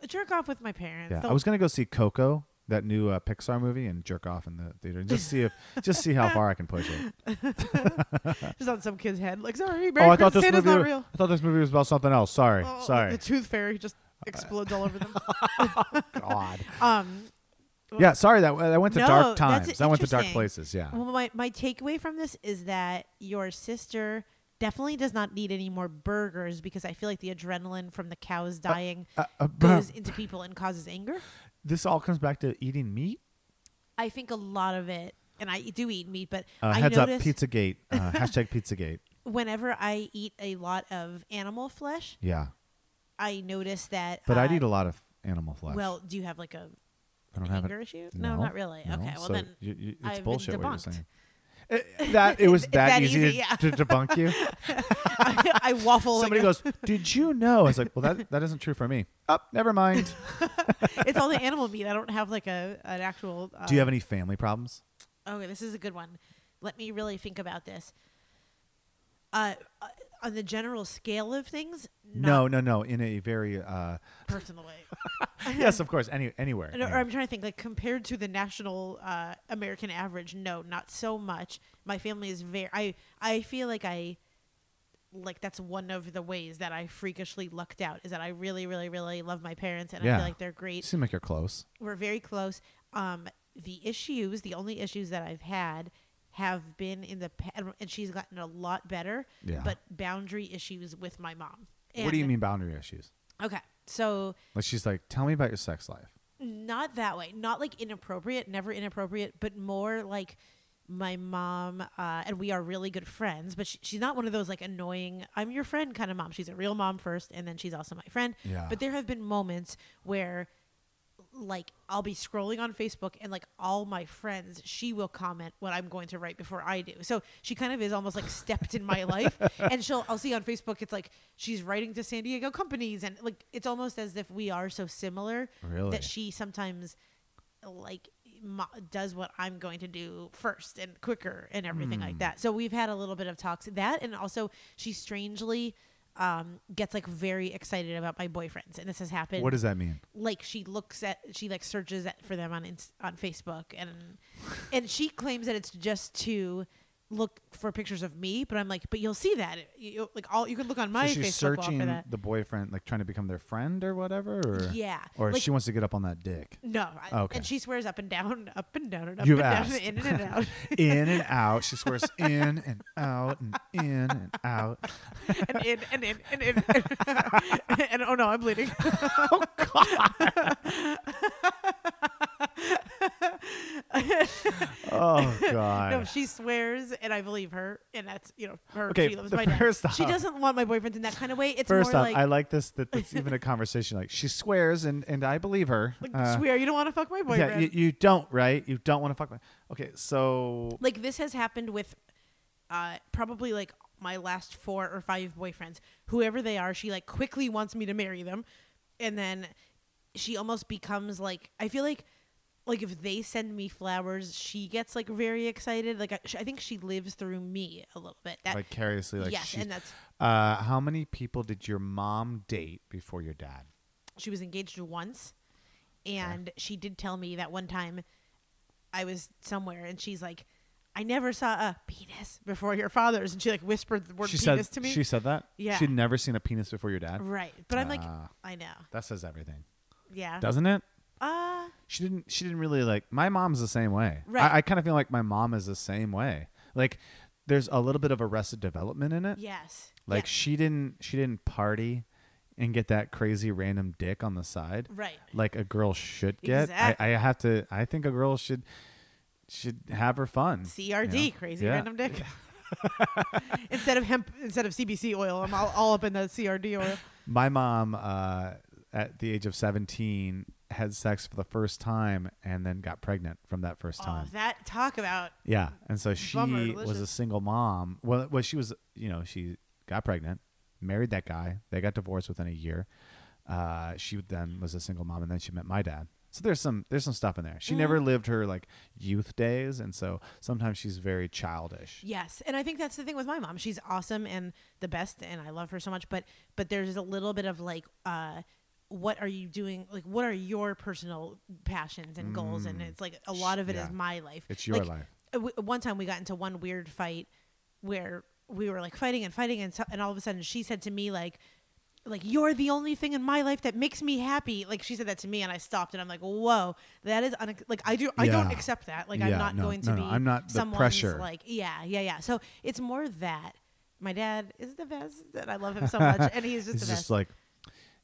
C: jerk off with my parents.
B: Yeah,
C: The-
B: I was gonna go see Coco, that new uh, Pixar movie, and jerk off in the theater, and just see if, just see how far I can push it.
C: just on some kid's head. Like,
B: Oh,
C: sorry, Merry Christmas. Santa's not real.
B: I thought this movie was about something else. Sorry,
C: Oh, The
B: sorry.
C: tooth fairy just explodes all over them.
B: God.
C: Um,
B: Yeah, sorry that that went to
C: No,
B: dark
C: that's
B: times. That went to dark
C: interesting.
B: places. Yeah.
C: well, my my takeaway from this is that your sister definitely does not need any more burgers because I feel like the adrenaline from the cows dying
B: Uh, uh, but
C: goes into people and causes anger.
B: this all comes back to eating meat.
C: I think a lot of it, and I do eat meat, but
B: Uh,
C: I
B: heads up,
C: notice
B: PizzaGate. Uh, hashtag PizzaGate.
C: whenever I eat a lot of animal flesh,
B: Yeah,
C: I notice that.
B: but
C: uh,
B: I'd eat a lot of animal flesh.
C: Well, do you have like a
B: I don't have
C: anger
B: it.
C: issue? No, not really.
B: no.
C: Okay, well
B: So
C: then
B: you- you- it's
C: I've been
B: bullshit what you're
C: debunked.
B: saying. Uh, that it was that,
C: It's that
B: easy,
C: easy,
B: to,
C: yeah.
B: to debunk you.
C: I, I waffle.
B: Somebody
C: like,
B: goes, "Did you know?" I was like, "Well, that that isn't true for me." Up, never mind.
C: it's all the animal meat. I don't have like a an actual. Uh,
B: Do you have any family problems?
C: Okay, this is a good one. Let me really think about this. Uh, uh, on the general scale of things,
B: No,
C: not
B: no, no. In a very uh,
C: personally.
B: yes, of course. Any anywhere.
C: No, or
B: anywhere.
C: I'm trying to think, like compared to the national uh, American average, no, not so much. My family is very. I I feel like I, like that's one of the ways that I freakishly lucked out is that I really, really, really love my parents and I
B: Yeah.
C: feel like they're
B: You
C: great.
B: seem like you're close.
C: we're very close. Um, the issues, the only issues that I've had, have been in the past, and she's gotten a lot better.
B: Yeah.
C: But boundary issues with my mom.
B: what do you
C: And-
B: mean boundary issues?
C: Okay, so
B: Like she's like, "Tell me about your sex life."
C: not that way, not like inappropriate, never inappropriate, but more like my mom uh, and we are really good friends. But she, she's not one of those like annoying "I'm your friend" kind of mom. She's a real mom first, and then she's also my friend.
B: Yeah.
C: But there have been moments where like I'll be scrolling on Facebook and like all my friends, she will comment what I'm going to write before I do. So she kind of is almost like stepped in my life. And she'll I'll see on Facebook it's like she's writing to San Diego companies and like it's almost as if we are so similar
B: Really?
C: that she sometimes like mo- does what I'm going to do first and quicker and everything
B: Hmm.
C: like that. So we've had a little bit of talks that and also she strangely um, gets like very excited about my boyfriends and this has happened
B: What does that mean?
C: like she looks at she like searches at, for them on Inst- on Facebook and and she claims that it's just to look for pictures of me but I'm like but you'll see that you, you- like all you can look on my
B: so she's
C: Facebook wall for
B: searching
C: that
B: the boyfriend, like trying to become their friend or whatever. Or,
C: Yeah,
B: Or
C: like-
B: she wants to get up on that dick.
C: no I,
B: Oh, Okay.
C: and she swears up and down up and down and up
B: You've
C: and
B: asked.
C: down and in and out
B: In and out. She swears in and out and in and out.
C: and in and in and in and, and oh no I'm bleeding
B: Oh God.
C: No, she swears, and I believe her, and that's you know her.
B: Okay,
C: she loves
B: the
C: my dad.
B: first
C: She
B: off-
C: doesn't want my boyfriend in that kind of way. It's
B: First
C: more
B: off,
C: like,
B: I like this that it's even a conversation. Like she swears, and and I believe her.
C: like,
B: Uh,
C: swear you don't want to fuck my boyfriend.
B: yeah, you, you don't, right? You don't want to fuck. My, okay, so
C: like this has happened with, uh, probably like my last four or five boyfriends, whoever they are. She like quickly wants me to marry them, and then she almost becomes like I feel like. Like if they send me flowers, she gets like very excited. Like I, I think she lives through me a little bit. That
B: vicariously, like
C: yes,
B: she's-
C: and that's
B: uh, how many people did your mom date before your dad?
C: she was engaged once and she did tell me that one time i was somewhere and she's like i never saw a penis before your father's and she like whispered the word
B: she
C: penis
B: said
C: to me
B: she said that.
C: Yeah.
B: she'd never seen a penis before your dad.
C: right but i'm like
B: Ah.
C: i know
B: That says everything,
C: yeah
B: doesn't it?
C: uh
B: She didn't. She didn't really like. My mom's the same way.
C: Right.
B: I, I kind of feel like my mom is the same way. Like there's a little bit of arrested development in it.
C: yes
B: Like
C: Yeah.
B: she didn't she didn't party and get that crazy random dick on the side.
C: right
B: Like a girl should get.
C: Exact-
B: I, I have to I think a girl should should have her fun.
C: crd
B: you know?
C: crazy
B: Yeah.
C: random dick instead of hemp instead of cbc oil i'm all, all up in the crd oil
B: My mom uh at the age of 17 had sex for the first time and then got pregnant from that first
C: Oh,
B: time.
C: that talk about
B: yeah, and so she
C: Bummer,
B: was a
C: delicious.
B: single mom. Well, well, she was, you know, she got pregnant, married that guy. They got divorced within a year. Uh, she then was a single mom, and then she met my dad. So there's some there's some stuff in there. She
C: Mm.
B: never lived her like youth days, and so sometimes she's very childish.
C: Yes, and I think that's the thing with my mom. She's awesome and the best, and I love her so much. But but there's a little bit of like, uh, what are you doing? Like, what are your personal passions and goals? And it's like a lot of it is
B: Mm. yeah.
C: my life.
B: It's your
C: Like,
B: life.
C: uh, w- One time we got into one weird fight where we were like fighting and fighting, and so, and all of a sudden she said to me like. Like you're the only thing in my life that makes me happy. Like she said that to me, and I stopped, and I'm like, "Whoa, that is unac like I do. I don't
B: Yeah.
C: accept that. Like
B: Yeah,
C: I'm not
B: no,
C: going to
B: no,
C: be.
B: no, I'm not the
C: someone's,
B: pressure.
C: Like yeah, yeah, yeah. So it's more that my dad is the best, and I love him so much, and he's just
B: It's
C: the
B: just
C: best.
B: like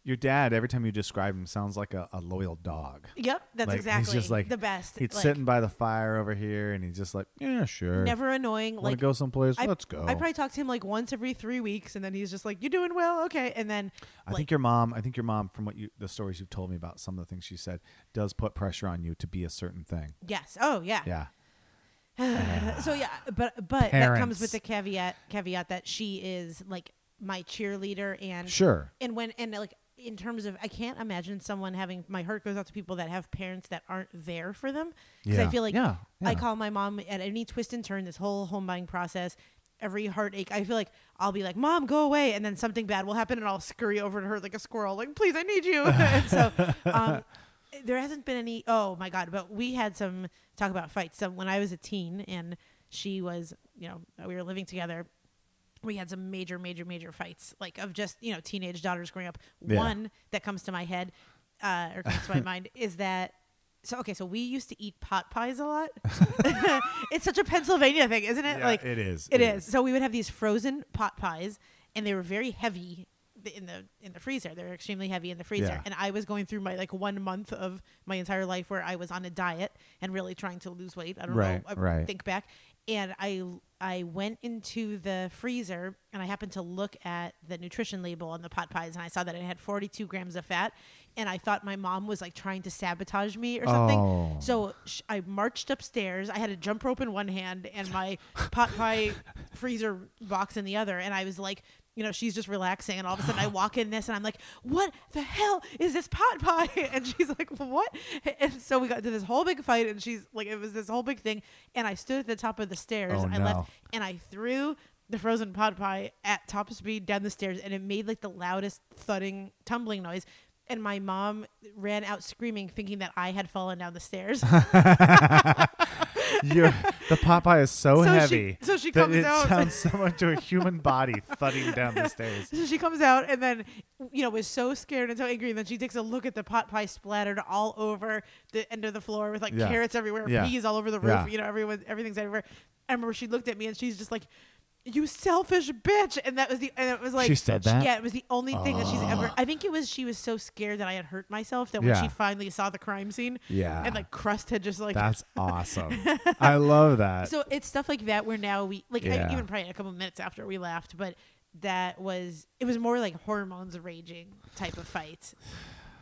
B: your dad. Every time you describe him, sounds like a, a loyal dog.
C: yep, that's
B: Like,
C: exactly.
B: He's just like
C: the best.
B: He's
C: like,
B: sitting by the fire over here, and he's just like, yeah, sure.
C: never annoying.
B: want to
C: Like
B: go someplace?
C: I,
B: Let's go.
C: I probably talk to him like once every three weeks, and then he's just like, "You doing well? Okay." And then
B: I
C: like
B: think your mom. I think your mom, from what you the stories you've told me about some of the things she said, does put pressure on you to be a certain thing.
C: yes, oh yeah,
B: Yeah.
C: so yeah, but but that comes
B: Parents.
C: with the caveat caveat that she is like my cheerleader and
B: Sure.
C: and when and like in terms of I can't imagine someone having my heart goes out to people that have parents that aren't there for them because I
B: Yeah.
C: feel like
B: Yeah,
C: I
B: yeah.
C: call my mom at any twist and turn this whole home buying process every heartache I feel like I'll be like mom go away and then something bad will happen and I'll scurry over to her like a squirrel like please I need you and so um, there hasn't been any oh my god but we had some talk about fights so when i was a teen and she was you know we were living together we had some major major major fights like of just you know teenage daughters growing up
B: Yeah.
C: one that comes to my head uh, or comes to my mind is that so okay so we used to eat pot pies a lot it's such a pennsylvania thing isn't it
B: Yeah,
C: like
B: it is,
C: it
B: it
C: is. so we would have these frozen pot pies and they were very heavy in the in the freezer they were extremely heavy in the freezer
B: Yeah.
C: and and I was going through my like one month of my entire life where I was on a diet and really trying to lose weight. I don't
B: Right,
C: know. I
B: right.
C: Think back, and I I went into the freezer and I happened to look at the nutrition label on the pot pies and I saw that it had 42 grams of fat, and I thought my mom was like trying to sabotage me or something.
B: Oh.
C: So sh- I marched upstairs. I had a jump rope in one hand and my pot pie freezer box in the other. And I was like, you know, she's just relaxing. And all of a sudden I walk in this and I'm like, what the hell is this pot pie? And she's like, what? And so we got to this whole big fight. And she's like, it was this whole big thing. And I stood at the top of the stairs.
B: Oh,
C: I
B: no.
C: left and I threw the frozen pot pie at top speed down the stairs, and it made like the loudest thudding, tumbling noise. And my mom ran out screaming, thinking that I had fallen down the stairs.
B: You're, the Popeye is so,
C: So she-
B: heavy.
C: so she
B: that
C: comes
B: it
C: out.
B: sounds similar to a human body thudding down the stairs.
C: so she comes out and then, you know, was so scared and so angry. And then she takes a look at the pot pie splattered all over the end of the floor with like
B: Yeah.
C: carrots everywhere,
B: Yeah.
C: peas all over the roof.
B: Yeah.
C: You know, everyone, everything's everywhere. I remember she looked at me and she's just like, "You selfish bitch," and that was the and it was like
B: She said that? Oh.
C: Yeah, it was the only thing that she's ever. I think it was she was so scared that I had hurt myself that when
B: Yeah.
C: she finally saw the crime scene,
B: Yeah.
C: and like crust had just like
B: That's awesome. I love that.
C: so it's stuff like that where now we like
B: Uh, Yeah.
C: I, even probably a couple minutes after we left, but that was it was more like hormones raging type of fight.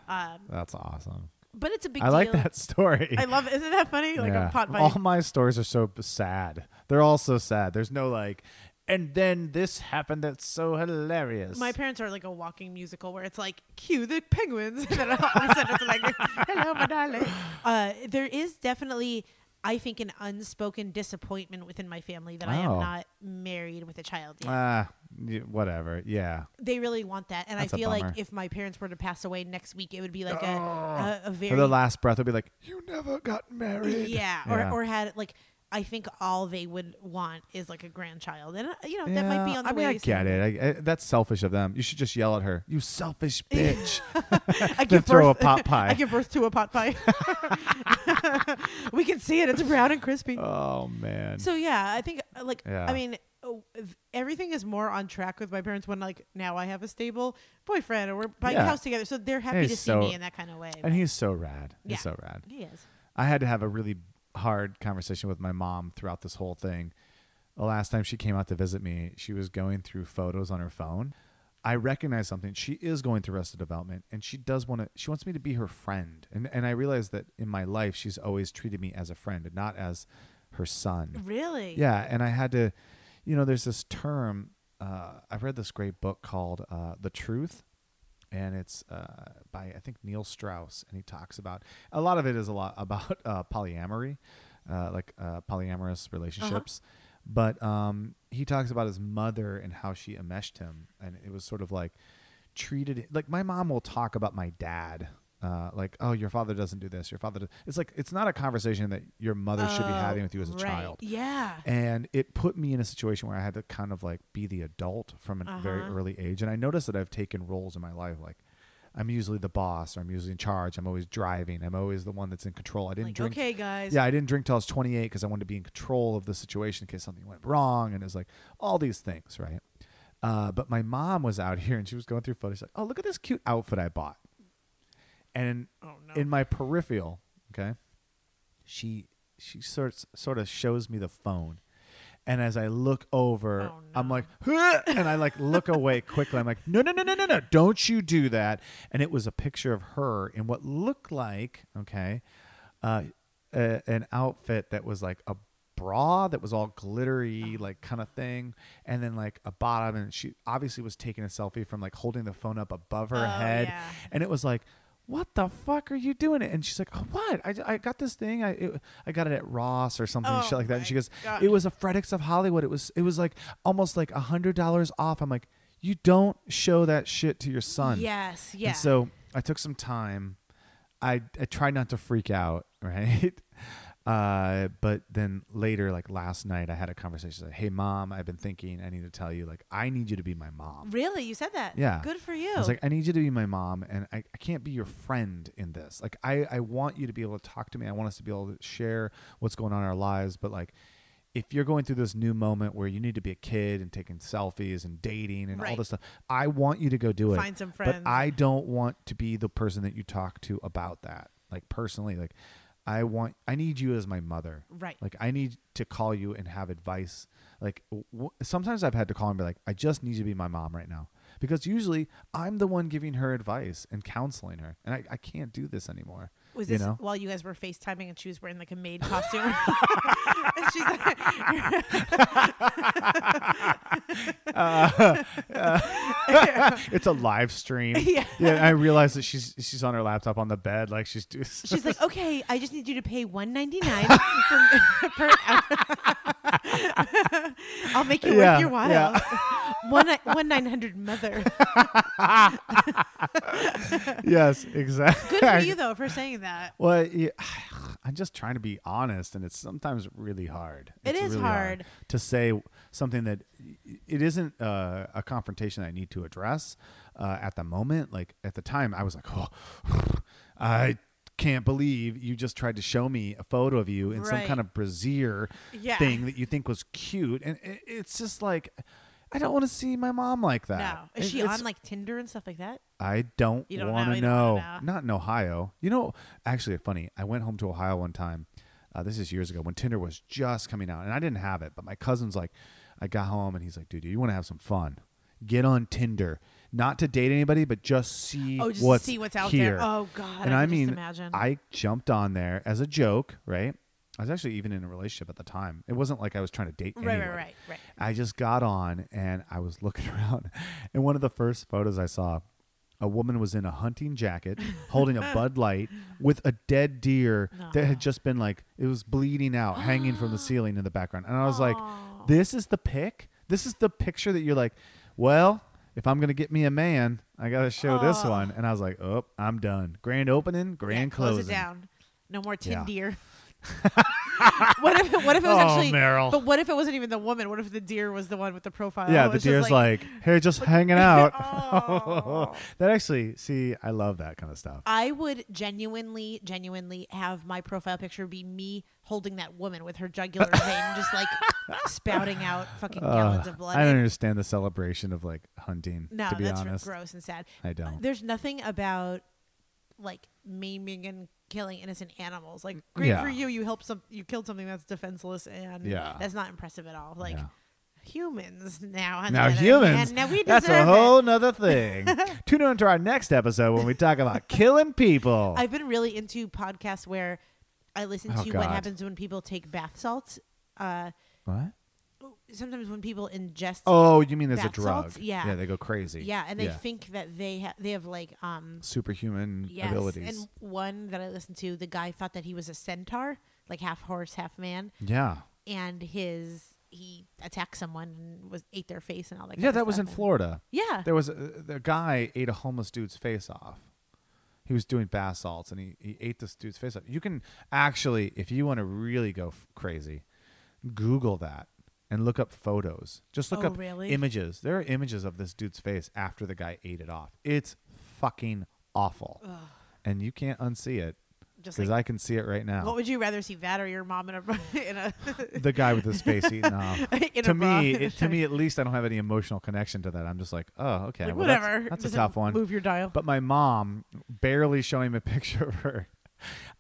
C: Um,
B: That's awesome.
C: but it's a big
B: I
C: deal.
B: like that story.
C: I love. Isn't that funny? Like
B: Yeah.
C: a pot
B: All
C: fight.
B: my stories are so b- sad. They're all so sad. There's no like, and then this happened. That's so hilarious.
C: My parents are like a walking musical where it's like, cue the penguins. and then all of a sudden it's like, hello, my darling. Uh, there is definitely, I think, an unspoken disappointment within my family that I am
B: Oh.
C: not married with a child yet.
B: Ah, y- whatever. Yeah.
C: they really want that, and
B: That's
C: I
B: a
C: feel like
B: bummer.
C: if my parents were to pass away next week, it would be like a, a, a very
B: Or the last breath will be like, "You never got married."
C: yeah,
B: Yeah.
C: Or, or had like I think all they would want is like a grandchild, and uh, you know that might be
B: Yeah,
C: on the
B: I mean,
C: way.
B: I get it. I, I, that's selfish of them. You should just yell at her, "You selfish bitch!"
C: I give
B: throw a
C: birth,
B: pot pie.
C: I give birth to a pot pie. we can see it; it's brown and crispy.
B: oh man.
C: So yeah, I think uh, like
B: Yeah.
C: I mean oh, th- everything is more on track with my parents when like now I have a stable boyfriend or we're buying a
B: Yeah.
C: house together, so they're happy
B: He's
C: to see
B: so-
C: me in that kind of way. but-
B: and he's so rad.
C: Yeah.
B: He's so rad.
C: he is.
B: I had to have a really hard conversation with my mom throughout this whole thing. The last time she came out to visit me, she was going through photos on her phone I recognize something. She is going through arrested development, and she does want to. She wants me to be her friend, and and I realize that in my life she's always treated me as a friend and not as her son.
C: Really?
B: Yeah, and I had to, you know, there's this term. Uh, I read this great book called uh, "The Truth," and it's uh, by I think Neil Strauss, and he talks about a lot of it is a lot about uh, polyamory, uh, like uh,
C: Uh-huh.
B: polyamorous relationships. But um, he talks about his mother and how she enmeshed him, and it was sort of like treated like my mom will talk about my dad. Uh, like oh your father doesn't do this your father does. it's like it's not a conversation that your mother should be
C: Oh,
B: having with you as a
C: right.
B: child
C: Yeah.
B: and it put me in a situation where I had to kind of like be the adult from a very
C: Uh-huh.
B: early age. And I noticed that I've taken roles in my life like I'm usually the boss, or I'm usually in charge. I'm always driving. I'm always the one that's in control. I didn't
C: Like,
B: drink.
C: okay, guys.
B: Yeah, I didn't drink till I was 28 because I wanted to be in control of the situation in case something went wrong. And it's like all these things, right? Uh, but my mom was out here and she was going through photos. She's like, oh, look at this cute outfit I bought. And
C: Oh, no.
B: in my peripheral, okay, she she sort sort of shows me the phone, and as I look over,
C: Oh,
B: I'm
C: no.
B: like, "Huh!" and I like look away quickly. I'm like, no, no, no, no, no, no, don't you do that! And it was a picture of her in what looked like okay, uh, a, an outfit that was like a bra that was all glittery like kind of thing and then like a bottom and she obviously was taking a selfie from like holding the phone up above her
C: Oh,
B: head
C: yeah.
B: and it was like what the fuck are you doing it and she's like oh, what I, I got this thing i it, i got it at ross or something
C: Oh
B: shit like that
C: my
B: and she goes
C: God.
B: it was a Fredix of hollywood it was it was like almost like a hundred dollars off i'm like you don't show that shit to your son
C: Yes. Yeah.
B: and so I took some time. I I tried not to freak out, right? Uh, but then later, like last night, I had a conversation. Like, hey, mom, I've been thinking. I need to tell you. Like, I need you to be my mom.
C: really, you said that.
B: Yeah.
C: Good for you.
B: I was like, I need you to be my mom, and I, I can't be your friend in this. Like, I, I want you to be able to talk to me. I want us to be able to share what's going on in our lives. But, like, if you're going through this new moment where you need to be a kid and taking selfies and dating and all
C: Right.
B: this stuff, I want you to go do it.
C: Find some friends.
B: But I don't want to be the person that you talk to about that. Like, personally, like, I want, I need you as my mother.
C: Right.
B: Like, I need to call you and have advice. Like w- sometimes I've had to call and be like, I just need you to be my mom right now because usually I'm the one giving her advice and counseling her, and I, I can't do this anymore.
C: was
B: you
C: this
B: know?
C: while you guys were FaceTiming and she was wearing like a maid costume? And she's like,
B: it's a live stream.
C: Yeah.
B: and I realize that she's she's on her laptop on the bed, like she's doing.
C: she's like, okay, I just need you to pay one ninety nine per hour. I'll make it
B: Yeah,
C: worth your while.
B: yeah.
C: one one nine hundred mother.
B: yes, exactly.
C: Good for you though for saying that.
B: Well, yeah, I'm just trying to be honest, and it's sometimes really hard.
C: It
B: It's
C: is
B: really
C: hard.
B: to say something that it isn't uh, a confrontation I need to address uh, at the moment. Like at the time, I was like, oh, I can't believe you just tried to show me a photo of you in some
C: Right.
B: kind of brassiere
C: Yeah.
B: thing that you think was cute, and it, it's just like. I don't want to see my mom like that.
C: No, is
B: It-
C: she
B: it's-
C: on like Tinder and stuff like that?
B: I don't,
C: You don't know,
B: want to
C: you don't wanna
B: know.
C: know.
B: Not in Ohio. You know, actually, funny. I went home to Ohio one time. Uh, this is years ago when Tinder was just coming out, and I didn't have it. But my cousin's like, I got home and he's like, "Dude, you want to have some fun? Get on Tinder, not to date anybody, but just see
C: Oh, just
B: what's
C: see what's out
B: here."
C: there. Oh God,
B: and
C: I,
B: I,
C: can
B: mean,
C: just imagine.
B: I jumped on there as a joke, right? I was actually even in a relationship at the time. It wasn't like I was trying to date
C: right, right,
B: anybody.
C: right, right.
B: I just got on and I was looking around, and one of the first photos I saw, a woman was in a hunting jacket holding a Bud Light with a dead deer that had just been like it was bleeding out, hanging from the ceiling in the background, and I was like, "This is the pic. This is the picture that you're like, well." If I'm gonna get me a man, I gotta show this one. And I was like, "Oh, I'm done. Grand opening, grand
C: Yeah, close
B: closing."
C: it down. No more
B: Yeah.
C: Tinder. what if what if it was
B: Oh,
C: actually
B: Meryl.
C: But what if it wasn't even the woman? What if the deer was the one with the profile?
B: Yeah,
C: It
B: the
C: was Oh, just
B: deer's like, "Hey, just hanging out."
C: Oh.
B: that actually, see, I love that kind of stuff.
C: I would genuinely, genuinely have my profile picture be me holding that woman with her jugular vein, just like spouting out fucking gallons of blood.
B: Uh, I don't
C: And-
B: understand the celebration of like hunting.
C: no,
B: to be
C: that's
B: honest,
C: gross and sad.
B: I don't.
C: There's nothing about like maiming and killing innocent animals. Like great
B: Mm, Yeah.
C: for you, you help some, you killed something that's defenseless and
B: Yeah.
C: that's not impressive at all. Like
B: Yeah.
C: humans now. on
B: Now
C: the other
B: humans.
C: hand. Now we
B: that's a
C: deserve it.
B: whole nother thing. Tune in to our next episode when we talk about killing people.
C: I've been really into podcasts where I listen
B: Oh,
C: to
B: God.
C: what happens when people take bath salts. Uh,
B: what?
C: sometimes when people ingest,
B: Oh, you mean as a
C: Bath
B: drug?
C: salts? Yeah.
B: Yeah, they go crazy.
C: yeah, and they think that they ha- they have like um
B: superhuman
C: yes,
B: abilities.
C: and one that I listened to, the guy thought that he was a centaur, like half horse, half man,
B: yeah.
C: and his he attacked someone and was ate their face and all that.
B: Yeah,
C: kind of
B: that was in
C: stuff. And-
B: Florida.
C: Yeah,
B: There was a, the guy ate a homeless dude's face off. He was doing bath salts and he, he ate this dude's face off. You can actually, if you want to really go f- crazy, Google that and look up photos. Just look
C: Oh,
B: up
C: really?
B: images. There are images of this dude's face after the guy ate it off. It's fucking awful. And you can't unsee it
C: just
B: because
C: like
B: I can see it right now.
C: what would you rather see that or your mom in a in a
B: the guy with his face eaten off.
C: in
B: to
C: a bra?
B: me, it, to me, at least, I don't have any emotional connection to that. I'm just like, oh, okay,
C: Like,
B: well, that's-
C: whatever.
B: That's, a
C: Doesn't
B: tough one.
C: Move your dial.
B: But my mom barely showing me a picture of her.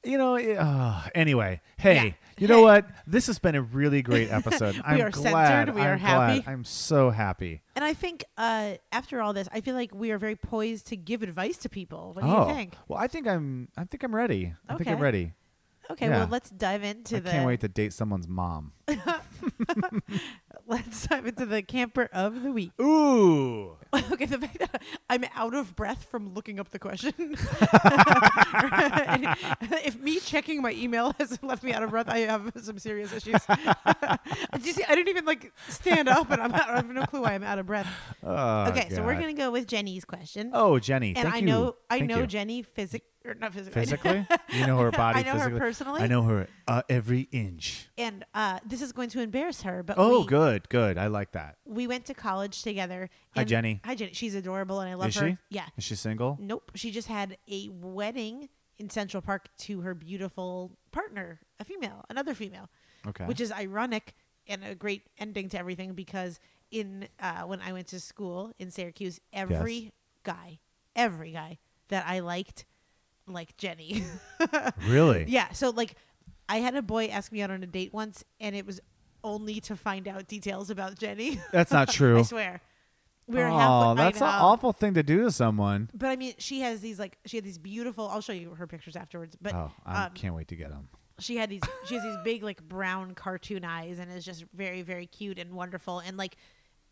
B: You know. it- oh, anyway, hey,
C: Yeah.
B: you know
C: Hey.
B: what? This has been a really great episode.
C: We
B: I'm
C: are
B: glad.
C: centered. We
B: I'm
C: are happy.
B: glad. I'm so happy.
C: And I think uh, after all this, I feel like we are very poised to give advice to people. What do
B: oh,
C: you think?
B: well, I think I'm. I think I'm ready. I think I'm
C: Okay.
B: ready.
C: Okay,
B: yeah.
C: well let's dive into
B: I
C: the
B: can't wait to date someone's mom.
C: let's dive into the camper of the week.
B: Ooh.
C: okay, the fact that I'm out of breath from looking up the question. if me checking my email has left me out of breath, I have some serious issues. Did you see? I didn't even like stand up, and I'm out, I have no clue why I'm out of breath.
B: Oh,
C: okay, so we're
B: God.
C: gonna go with Jenny's question.
B: Oh, Jenny.
C: and
B: thank
C: I
B: you.
C: know I
B: Thank
C: know
B: you.
C: Jenny physically or not physically. I know-
B: physically. you know her body.
C: I know her
B: physically.
C: personally.
B: I know her uh, every inch.
C: and uh, this is going to embarrass her. But
B: Oh,
C: we,
B: good, good. I like that.
C: We went to college together.
B: Hi,
C: and-
B: Jenny.
C: Hi Jenny. She's adorable, and I love
B: Is
C: her.
B: she?
C: Yeah.
B: Is she single?
C: Nope. She just had a wedding in Central Park to her beautiful partner, a female, another female.
B: Okay.
C: Which is ironic and a great ending to everything because in uh, when I went to school in Syracuse, every guy, every guy that I liked, liked Jenny.
B: Really?
C: Yeah. So like, I had a boy ask me out on a date once, and it was only to find out details about Jenny.
B: That's not true.
C: I swear. We were
B: oh,
C: halfway. I
B: that's an
C: know.
B: awful thing to do to someone.
C: But I mean, she has these like she had these beautiful. I'll show you her pictures afterwards. But
B: Oh, I
C: um,
B: can't wait to get them.
C: she had these she has these big like brown cartoon eyes and is just very very cute and wonderful and like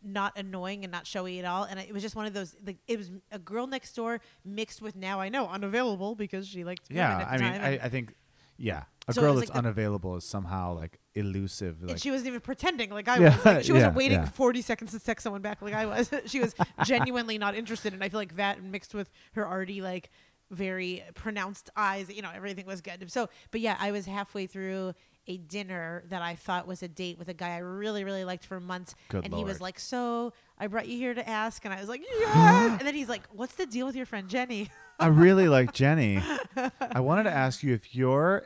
C: not annoying and not showy at all and it was just one of those like it was a girl next door mixed with now I know unavailable because she liked women
B: Yeah,
C: at the
B: I mean,
C: time.
B: I, I think, yeah, a
C: So it
B: girl
C: was
B: that's
C: like the-
B: unavailable is somehow like elusive. Like,
C: and she wasn't even pretending like I
B: Yeah,
C: was. Like, she wasn't
B: yeah,
C: waiting
B: yeah.
C: 40 seconds to text someone back like I was. she was genuinely not interested. And I feel like that mixed with her already like very pronounced eyes, you know, everything was good. So, but yeah, I was halfway through a dinner that I thought was a date with a guy I really, really liked for months.
B: Good
C: and he was
B: Lord.
C: like, So I brought you here to ask. And I was like, Yes. and then he's like, What's the deal with your friend Jenny?
B: I really like Jenny. I wanted to ask you if you're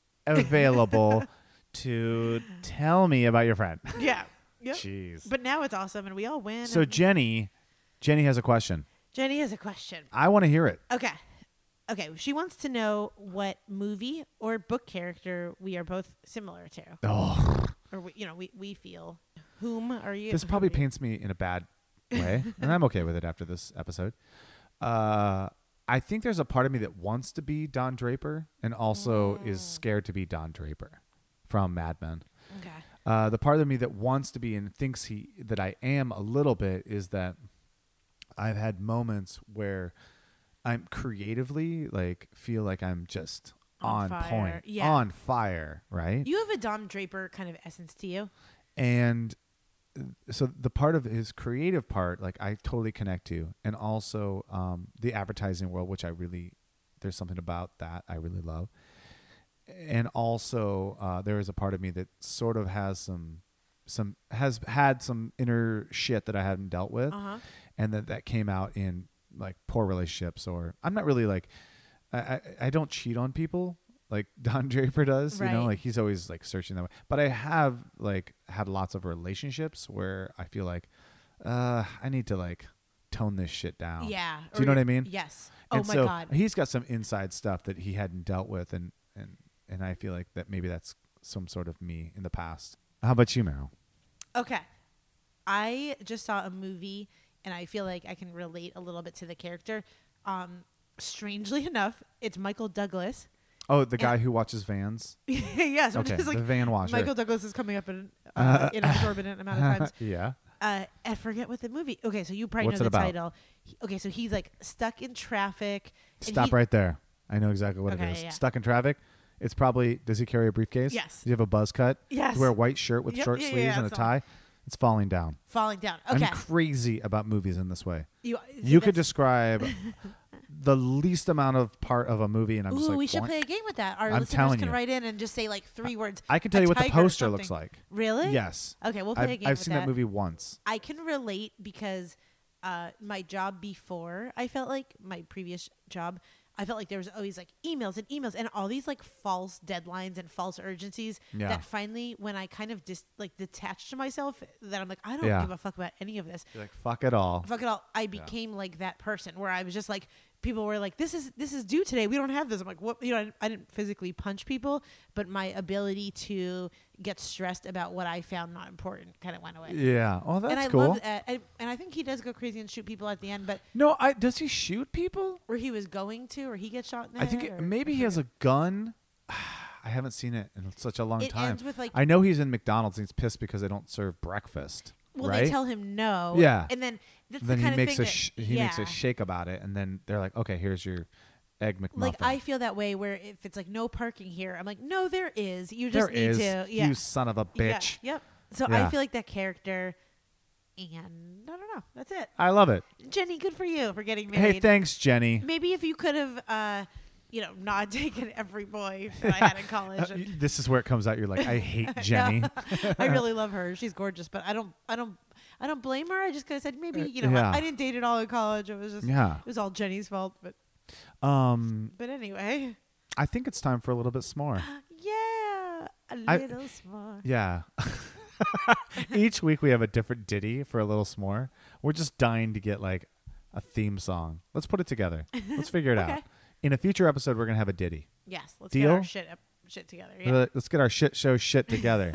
B: available to tell me about your friend.
C: yeah. Yep.
B: Jeez.
C: But now it's awesome and we all win.
B: so
C: and-
B: Jenny, Jenny has a question.
C: Jenny has a question.
B: I want to hear it.
C: Okay. Okay. She wants to know what movie or book character we are both similar to.
B: Oh.
C: Or, we, you know, we, we feel. Whom are you?
B: this probably
C: who are you?
B: paints me in a bad way, and I'm okay with it after this episode. Uh, I think there's a part of me that wants to be Don Draper and also
C: Oh.
B: is scared to be Don Draper from Mad Men.
C: Okay.
B: Uh, the part of me that wants to be and thinks he that I am a little bit is that I've had moments where I'm creatively like feel like I'm just
C: On
B: on,
C: fire.
B: point,
C: Yeah.
B: on fire, right?
C: You have a Dom Draper kind of essence to you.
B: and so the part of his creative part like i totally connect to and also um, the advertising world which i really there's something about that i really love and also uh, there is a part of me that sort of has some some has had some inner shit that i hadn't dealt with
C: Uh-huh.
B: and that that came out in like poor relationships or i'm not really like i i, I don't cheat on people like don draper does you know
C: Right.
B: like he's always like searching that way but i have like had lots of relationships where i feel like uh i need to like tone this shit down
C: Yeah.
B: Oh. do you
C: or
B: know what i
C: you're-
B: mean
C: Yes. Oh
B: and
C: my
B: so
C: God.
B: he's got some inside stuff that he hadn't dealt with and and and i feel like that maybe that's some sort of me in the past how about you meryl
C: Okay. I just saw a movie, and I feel like I can relate a little bit to the character. Um, strangely enough, it's Michael Douglas.
B: Oh, the guy who watches vans.
C: yes,
B: Okay,
C: just like
B: the van washer.
C: Michael Douglas is coming up in uh, an exorbitant amount of times.
B: yeah.
C: uh, I forget what the movie. Okay, so you probably
B: What's
C: know
B: it
C: the
B: about?
C: title. He- okay, so he's like stuck in traffic. and
B: Stop
C: he-
B: right there. I know exactly what
C: Okay,
B: it is.
C: yeah.
B: Stuck in traffic. It's probably. Does he carry a briefcase?
C: Yes.
B: Does he have a buzz cut? Does
C: Yes.
B: he wear a white shirt with
C: Yep,
B: short
C: yeah, yeah,
B: sleeves
C: yeah,
B: and a
C: so-
B: tie? It's falling down.
C: falling down. Okay,
B: I'm crazy about movies in this way.
C: you, uh,
B: You could
C: that's-
B: describe the least amount of part of a movie, and I'm just
C: Ooh,
B: like,
C: we should
B: "Boink."
C: play a game with that. Our
B: I'm
C: listeners
B: telling
C: can
B: you.
C: write in and just say like three words.
B: I can tell
C: a
B: you what the
C: tiger or
B: poster looks
C: something.
B: like.
C: Really?
B: Yes.
C: Okay, we'll play
B: I've,
C: a game.
B: I've
C: with
B: seen that. movie once.
C: I can relate because uh, my job before, I felt like my previous job, I felt like there was always like emails and emails and all these like false deadlines and false urgencies
B: Yeah.
C: that finally, when I kind of dis- like detached myself, that I'm like, I don't
B: Yeah.
C: give a fuck about any of this.
B: You're like, fuck it all.
C: Fuck it all. I became like that person where I was just like, people were like, this is this is due today. We don't have this. I'm like, what? You know, I, I didn't physically punch people, but my ability to get stressed about what I found not important kind of went away
B: Yeah. Oh, that's
C: and I
B: cool.
C: love that. And, and I think he does go crazy and shoot people at the end, but
B: No, I does he shoot people?
C: where he was going to, or he gets shot.
B: I think
C: in it,
B: it-
C: or-
B: maybe he has a gun. I haven't seen it in such a long
C: It
B: time.
C: ends with, like-
B: I know he's in McDonald's and he's pissed because they don't serve breakfast.
C: Well,
B: right?
C: they tell him no.
B: Yeah.
C: and then that's
B: then
C: the
B: he
C: kind
B: makes
C: of thing
B: a sh-
C: that,
B: he makes a
C: yeah.
B: shake about it, and then they're like, "Okay, here's your egg McMuffin."
C: Like I feel that way where if it's like no parking here, I'm like, no, there is. You
B: there
C: just need
B: is
C: to. Yeah.
B: you son of a
C: Yeah.
B: bitch.
C: Yep. So I
B: Yeah.
C: feel like that character, and I don't know. That's it.
B: I love it.
C: Jenny, good for you for getting married.
B: Hey, thanks, Jenny.
C: Maybe if you could have, uh, you know, not taken every boy that I had in college.
B: Uh,
C: and-
B: y- this is where it comes out. You're like, I hate Jenny.
C: I really love her. She's gorgeous, but I don't, I don't, I don't blame her. I just could have said maybe you know
B: Uh, yeah.
C: I, I didn't date at all in college. It was just
B: Yeah.
C: it was all Jenny's fault. But
B: um,
C: but anyway,
B: I think it's time for a little bit s'more.
C: yeah, a
B: I-
C: little smart.
B: Yeah. Each week we have a different ditty for a little s'more. We're just dying to get like a theme song. Let's put it together. Let's figure it out.
C: Okay.
B: In a future episode, we're gonna have a ditty.
C: Yes, let's get our
B: Deal?
C: shit up, shit together. Yeah.
B: Uh, Let's get our shit show shit together.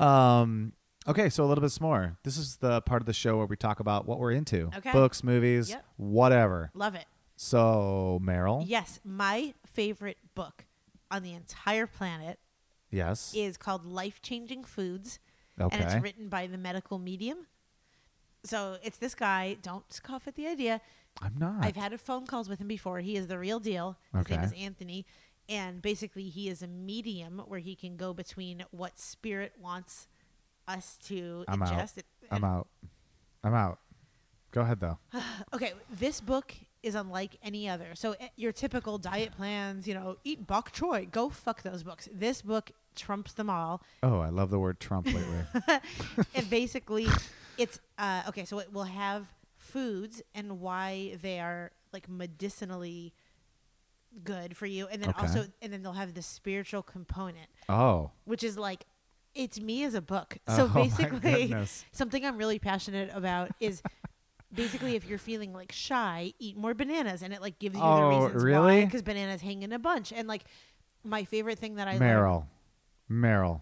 B: um, okay, so a little bit s'more. This is the part of the show where we talk about what we're into:
C: Okay.
B: books, movies,
C: Yep.
B: whatever.
C: Love it.
B: So Meryl,
C: Yes, my favorite book on the entire planet
B: yes,
C: is called Life Changing Foods, and
B: Okay.
C: it's written by the medical medium. So it's this guy. Don't scoff at the idea.
B: I'm not.
C: I've had phone calls with him before. He is the real deal. His name
B: Okay.
C: is Anthony. And basically, he is a medium where he can go between what spirit wants us to
B: I'm out.
C: ingest. It,
B: I'm out. I'm out. Go ahead though.
C: uh, Okay, this book is unlike any other. So, eh, your typical diet plans, you know, eat bok choy, go fuck those books. This book trumps them all.
B: Oh, I love the word Trump lately.
C: and basically it's uh, okay so it will have foods and why they are like medicinally good for you and then
B: Okay.
C: also and then they'll have the spiritual component
B: oh.
C: which is like it's me as a book so
B: Oh, my
C: basically
B: goodness.
C: something i'm really passionate about is basically if you're feeling like shy eat more bananas and it like gives you
B: Oh,
C: the reasons
B: really?
C: because bananas hang in a bunch and like my favorite thing that i love,
B: Meryl. Meryl.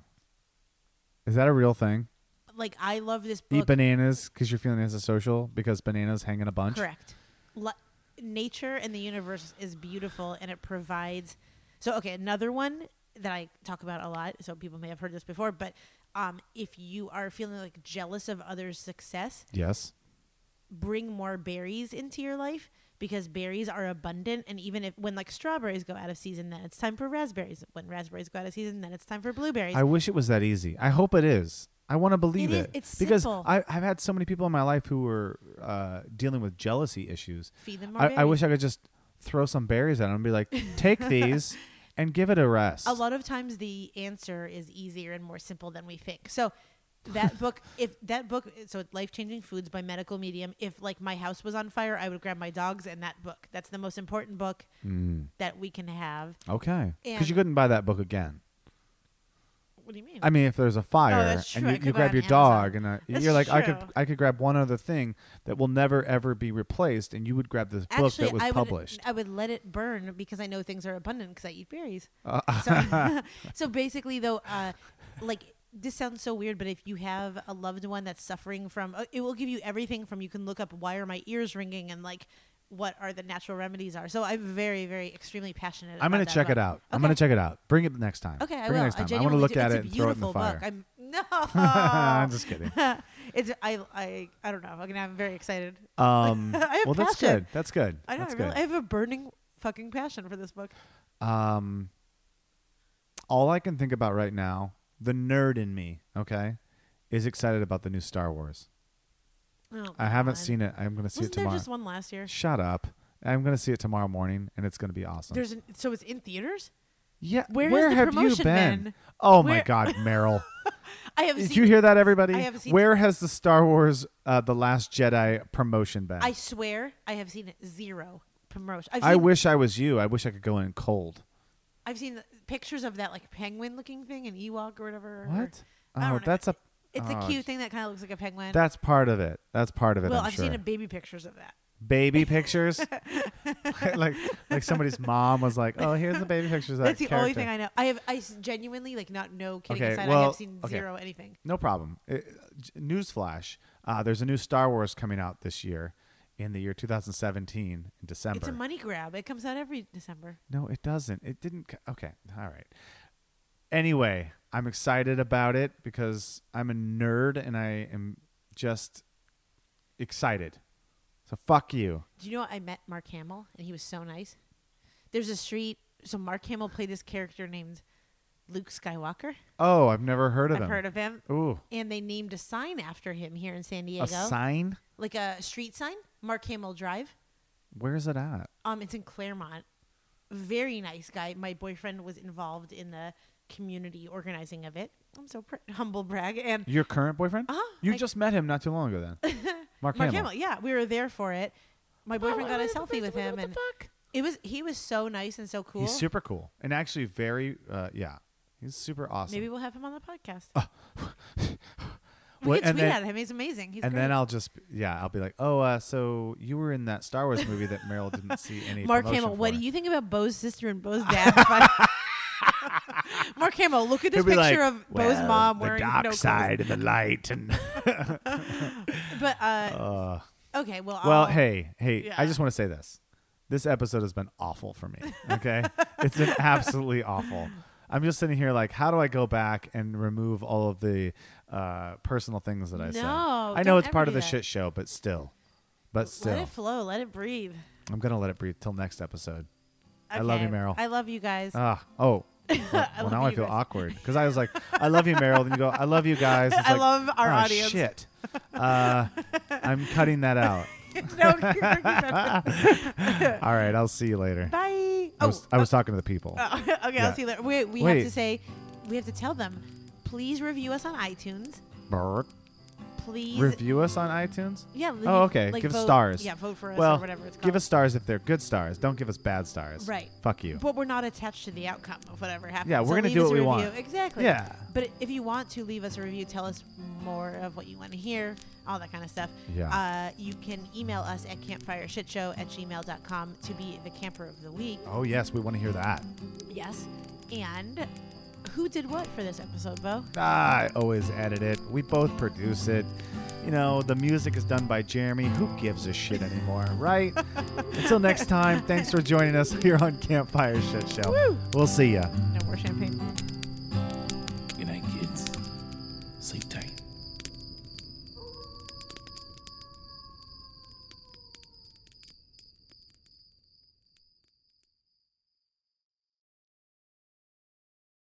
B: Is that a real thing?
C: like i love this
B: Eat
C: book
B: bananas because you're feeling antisocial because bananas hang in a bunch.
C: Correct. Li nature and the universe is beautiful, and it provides. So, okay, another one that I talk about a lot. So people may have heard this before, but um, if you are feeling like jealous of others' success,
B: Yes.
C: bring more berries into your life because berries are abundant and even if when like strawberries go out of season then it's time for raspberries when raspberries go out of season then it's time for blueberries
B: I wish it was that easy. I hope it is. I want to believe it.
C: It is. It's
B: because
C: simple.
B: I, I've had so many people in my life who were uh, dealing with jealousy issues.
C: feed them more
B: I,
C: berries.
B: I wish I could just throw some berries at them and be like, take these and give it a rest.
C: a lot of times the answer is easier and more simple than we think. So that book, if that book, so life changing foods by medical medium. If like my house was on fire, I would grab my dogs and that book. That's the most important book that we can have.
B: Okay. Because
C: And-
B: you couldn't buy that book again.
C: What do you mean?
B: I mean, if there's a fire
C: Oh, that's
B: and
C: true. I
B: you,
C: could
B: you
C: buy it
B: grab
C: on
B: your
C: Amazon.
B: dog, and uh,
C: That's
B: you're like, I could
C: true.
B: I could grab one other thing that will never ever be replaced, and you would grab this book that was
C: I would,
B: published.
C: I would let it burn because I know things are abundant because I eat berries. So, so basically, though, uh, like this sounds so weird, but if you have a loved one that's suffering from, uh, it will give you everything from you can look up why are my ears ringing and like what are the natural remedies are. So I'm very, very, extremely passionate.
B: I'm
C: going
B: gonna
C: to
B: check it out. I'm gonna check it out. Bring it next time.
C: Okay, I
B: Bring
C: will.
B: It next
C: I
B: time. I, want to
C: genuinely
B: look
C: do.
B: at
C: it's
B: it
C: a
B: and throw it in
C: beautiful
B: the fire.
C: book. I'm no.
B: I'm just kidding.
C: it's I I I don't know. I'm gonna. I'm very excited.
B: Um,
C: I have
B: well, that's
C: passion.
B: good. That's good.
C: I know. I,
B: That's
C: really,
B: good.
C: I have a burning fucking passion for this book.
B: Um, all I can think about right now, the nerd in me, okay, is excited about the new Star Wars.
C: Oh,
B: I haven't
C: God.
B: seen it. I'm going to see
C: Wasn't
B: it
C: there
B: tomorrow.
C: just one last year?
B: Shut up. I'm going to see it tomorrow morning, and it's going to be awesome.
C: There's an, so it's in theaters.
B: yeah,
C: where
B: where,
C: has the
B: have you
C: promotion
B: been?
C: been?
B: Oh my
C: Where-
B: God, Meryl!
C: I have.
B: Did
C: seen,
B: you hear that, everybody?
C: I have seen-
B: where has the Star Wars: uh, The Last Jedi promotion been?
C: I swear, I have seen zero promotion. I've seen,
B: I wish I was you. I wish I could go in cold.
C: I've seen pictures of that like penguin-looking thing, an Ewok or whatever. or-
B: What?
C: I don't
B: Oh,
C: know.
B: that's a
C: It's
B: oh,
C: a cute thing that kind of looks like a penguin.
B: That's part of it. That's part of it.
C: well,
B: I'm
C: have seen
B: sure.
C: a baby pictures of that.
B: baby pictures. like like somebody's mom was like, "Oh, here's the baby pictures." Of
C: That's the
B: that
C: only
B: character."
C: thing I know. I have I s- genuinely like not no kidding
B: Okay,
C: aside. I
B: well,
C: have seen
B: okay.
C: zero anything.
B: No problem. Uh, j- Newsflash: uh, There's a new Star Wars coming out this year, in the year 2017 in December.
C: It's a money grab. It comes out every December.
B: no, it doesn't. It didn't. co- Okay, all right. Anyway, I'm excited about it because I'm a nerd and I am just excited. So fuck you.
C: Do you know what? I met Mark Hamill and he was so nice. There's a street. So Mark Hamill played this character named Luke Skywalker.
B: Oh, I've never heard of
C: I've
B: him.
C: heard of him.
B: Ooh,
C: And they named a sign after him here in San Diego,
B: a sign.
C: like a street sign, Mark Hamill Drive.
B: Where's it at?
C: Um, it's in Claremont. Very nice guy. My boyfriend was involved in the community organizing of it. I'm so pr- humble brag. And
B: Your current boyfriend?
C: Uh-huh.
B: You
C: I-
B: just met him not too long ago, then. Mark,
C: Mark
B: Hamill.
C: Hamill. Yeah, we were there for it. My boyfriend got a
B: what-
C: selfie with him, and it was he was so nice and so cool.
B: He's super cool and actually very, uh, yeah, he's super awesome.
C: Maybe we'll have him on the podcast. we
B: Well,
C: can
B: and
C: tweet
B: then-
C: at him. He's amazing. He's
B: and
C: great.
B: then I'll just, yeah, I'll be like, oh, uh, so you were in that Star Wars movie that Meryl didn't see any.
C: Mark
B: promotion
C: Hamill, what
B: for.
C: do you think about Bo's sister and Bo's dad? Mark Hamill, look at this
B: He'll be
C: picture
B: like,
C: of
B: well,
C: Bo's mom
B: the
C: wearing
B: dark
C: no
B: side and the light, and
C: clothes. But uh,
B: uh,
C: okay, well,
B: well,
C: I'll-
B: hey, hey,
C: Oh. Yeah.
B: I just want to say this: this episode has been awful for me. Okay, it's been absolutely awful. I'm just sitting here like, how do I go back and remove all of the uh, personal things that I said?
C: No,
B: I know
C: don't
B: it's part
C: ever
B: of
C: do
B: the
C: that.
B: shit show, but still, but
C: let
B: still,
C: it flow, let it breathe.
B: I'm gonna let it breathe till next episode. I love you,
C: Okay,
B: Meryl.
C: I love you guys.
B: Ah, oh. Well, well,
C: love
B: now I
C: you
B: feel
C: guys.
B: awkward because I was like, "I love you, Meryl," then you go, "I love you guys." It's
C: I
B: like,
C: love our
B: oh,
C: audience.
B: Shit, uh, I'm cutting that out.
C: no, bye.
B: All right, I'll see you later. I
C: Oh,
B: was, I was talking to the people.
C: Oh, okay,
B: Yeah.
C: I'll see you later. Wait, we
B: Wait.
C: have to say, we have to tell them, please review us on iTunes.
B: Brr.
C: Please.
B: Review us on iTunes.
C: yeah. leave-
B: Oh, okay.
C: like,
B: give us
C: vote-
B: stars.
C: Yeah, vote for us
B: well,
C: or whatever it's called.
B: give us stars if they're good stars. Don't give us bad stars.
C: Right.
B: Fuck you.
C: But we're not attached to the outcome of whatever happens.
B: Yeah, we're
C: So
B: gonna
C: leave
B: do
C: us
B: what
C: a
B: we
C: review.
B: want.
C: Exactly.
B: Yeah.
C: But if you want to leave us a review, tell us more of what you want to hear, all that kind of stuff.
B: Yeah.
C: Uh, you can email us at campfireshitshow at gmail.com to be the camper of the week.
B: oh yes, we want to hear that.
C: Yes. And who did what for this episode, Bo?
B: Ah, I always edit it. We both produce it. You know, the music is done by Jeremy. Who gives a shit anymore, right? Until next time, thanks for joining us here on Campfire Shit Show. We'll see ya.
C: No more champagne.
A: Good night, kids. Sleep tight.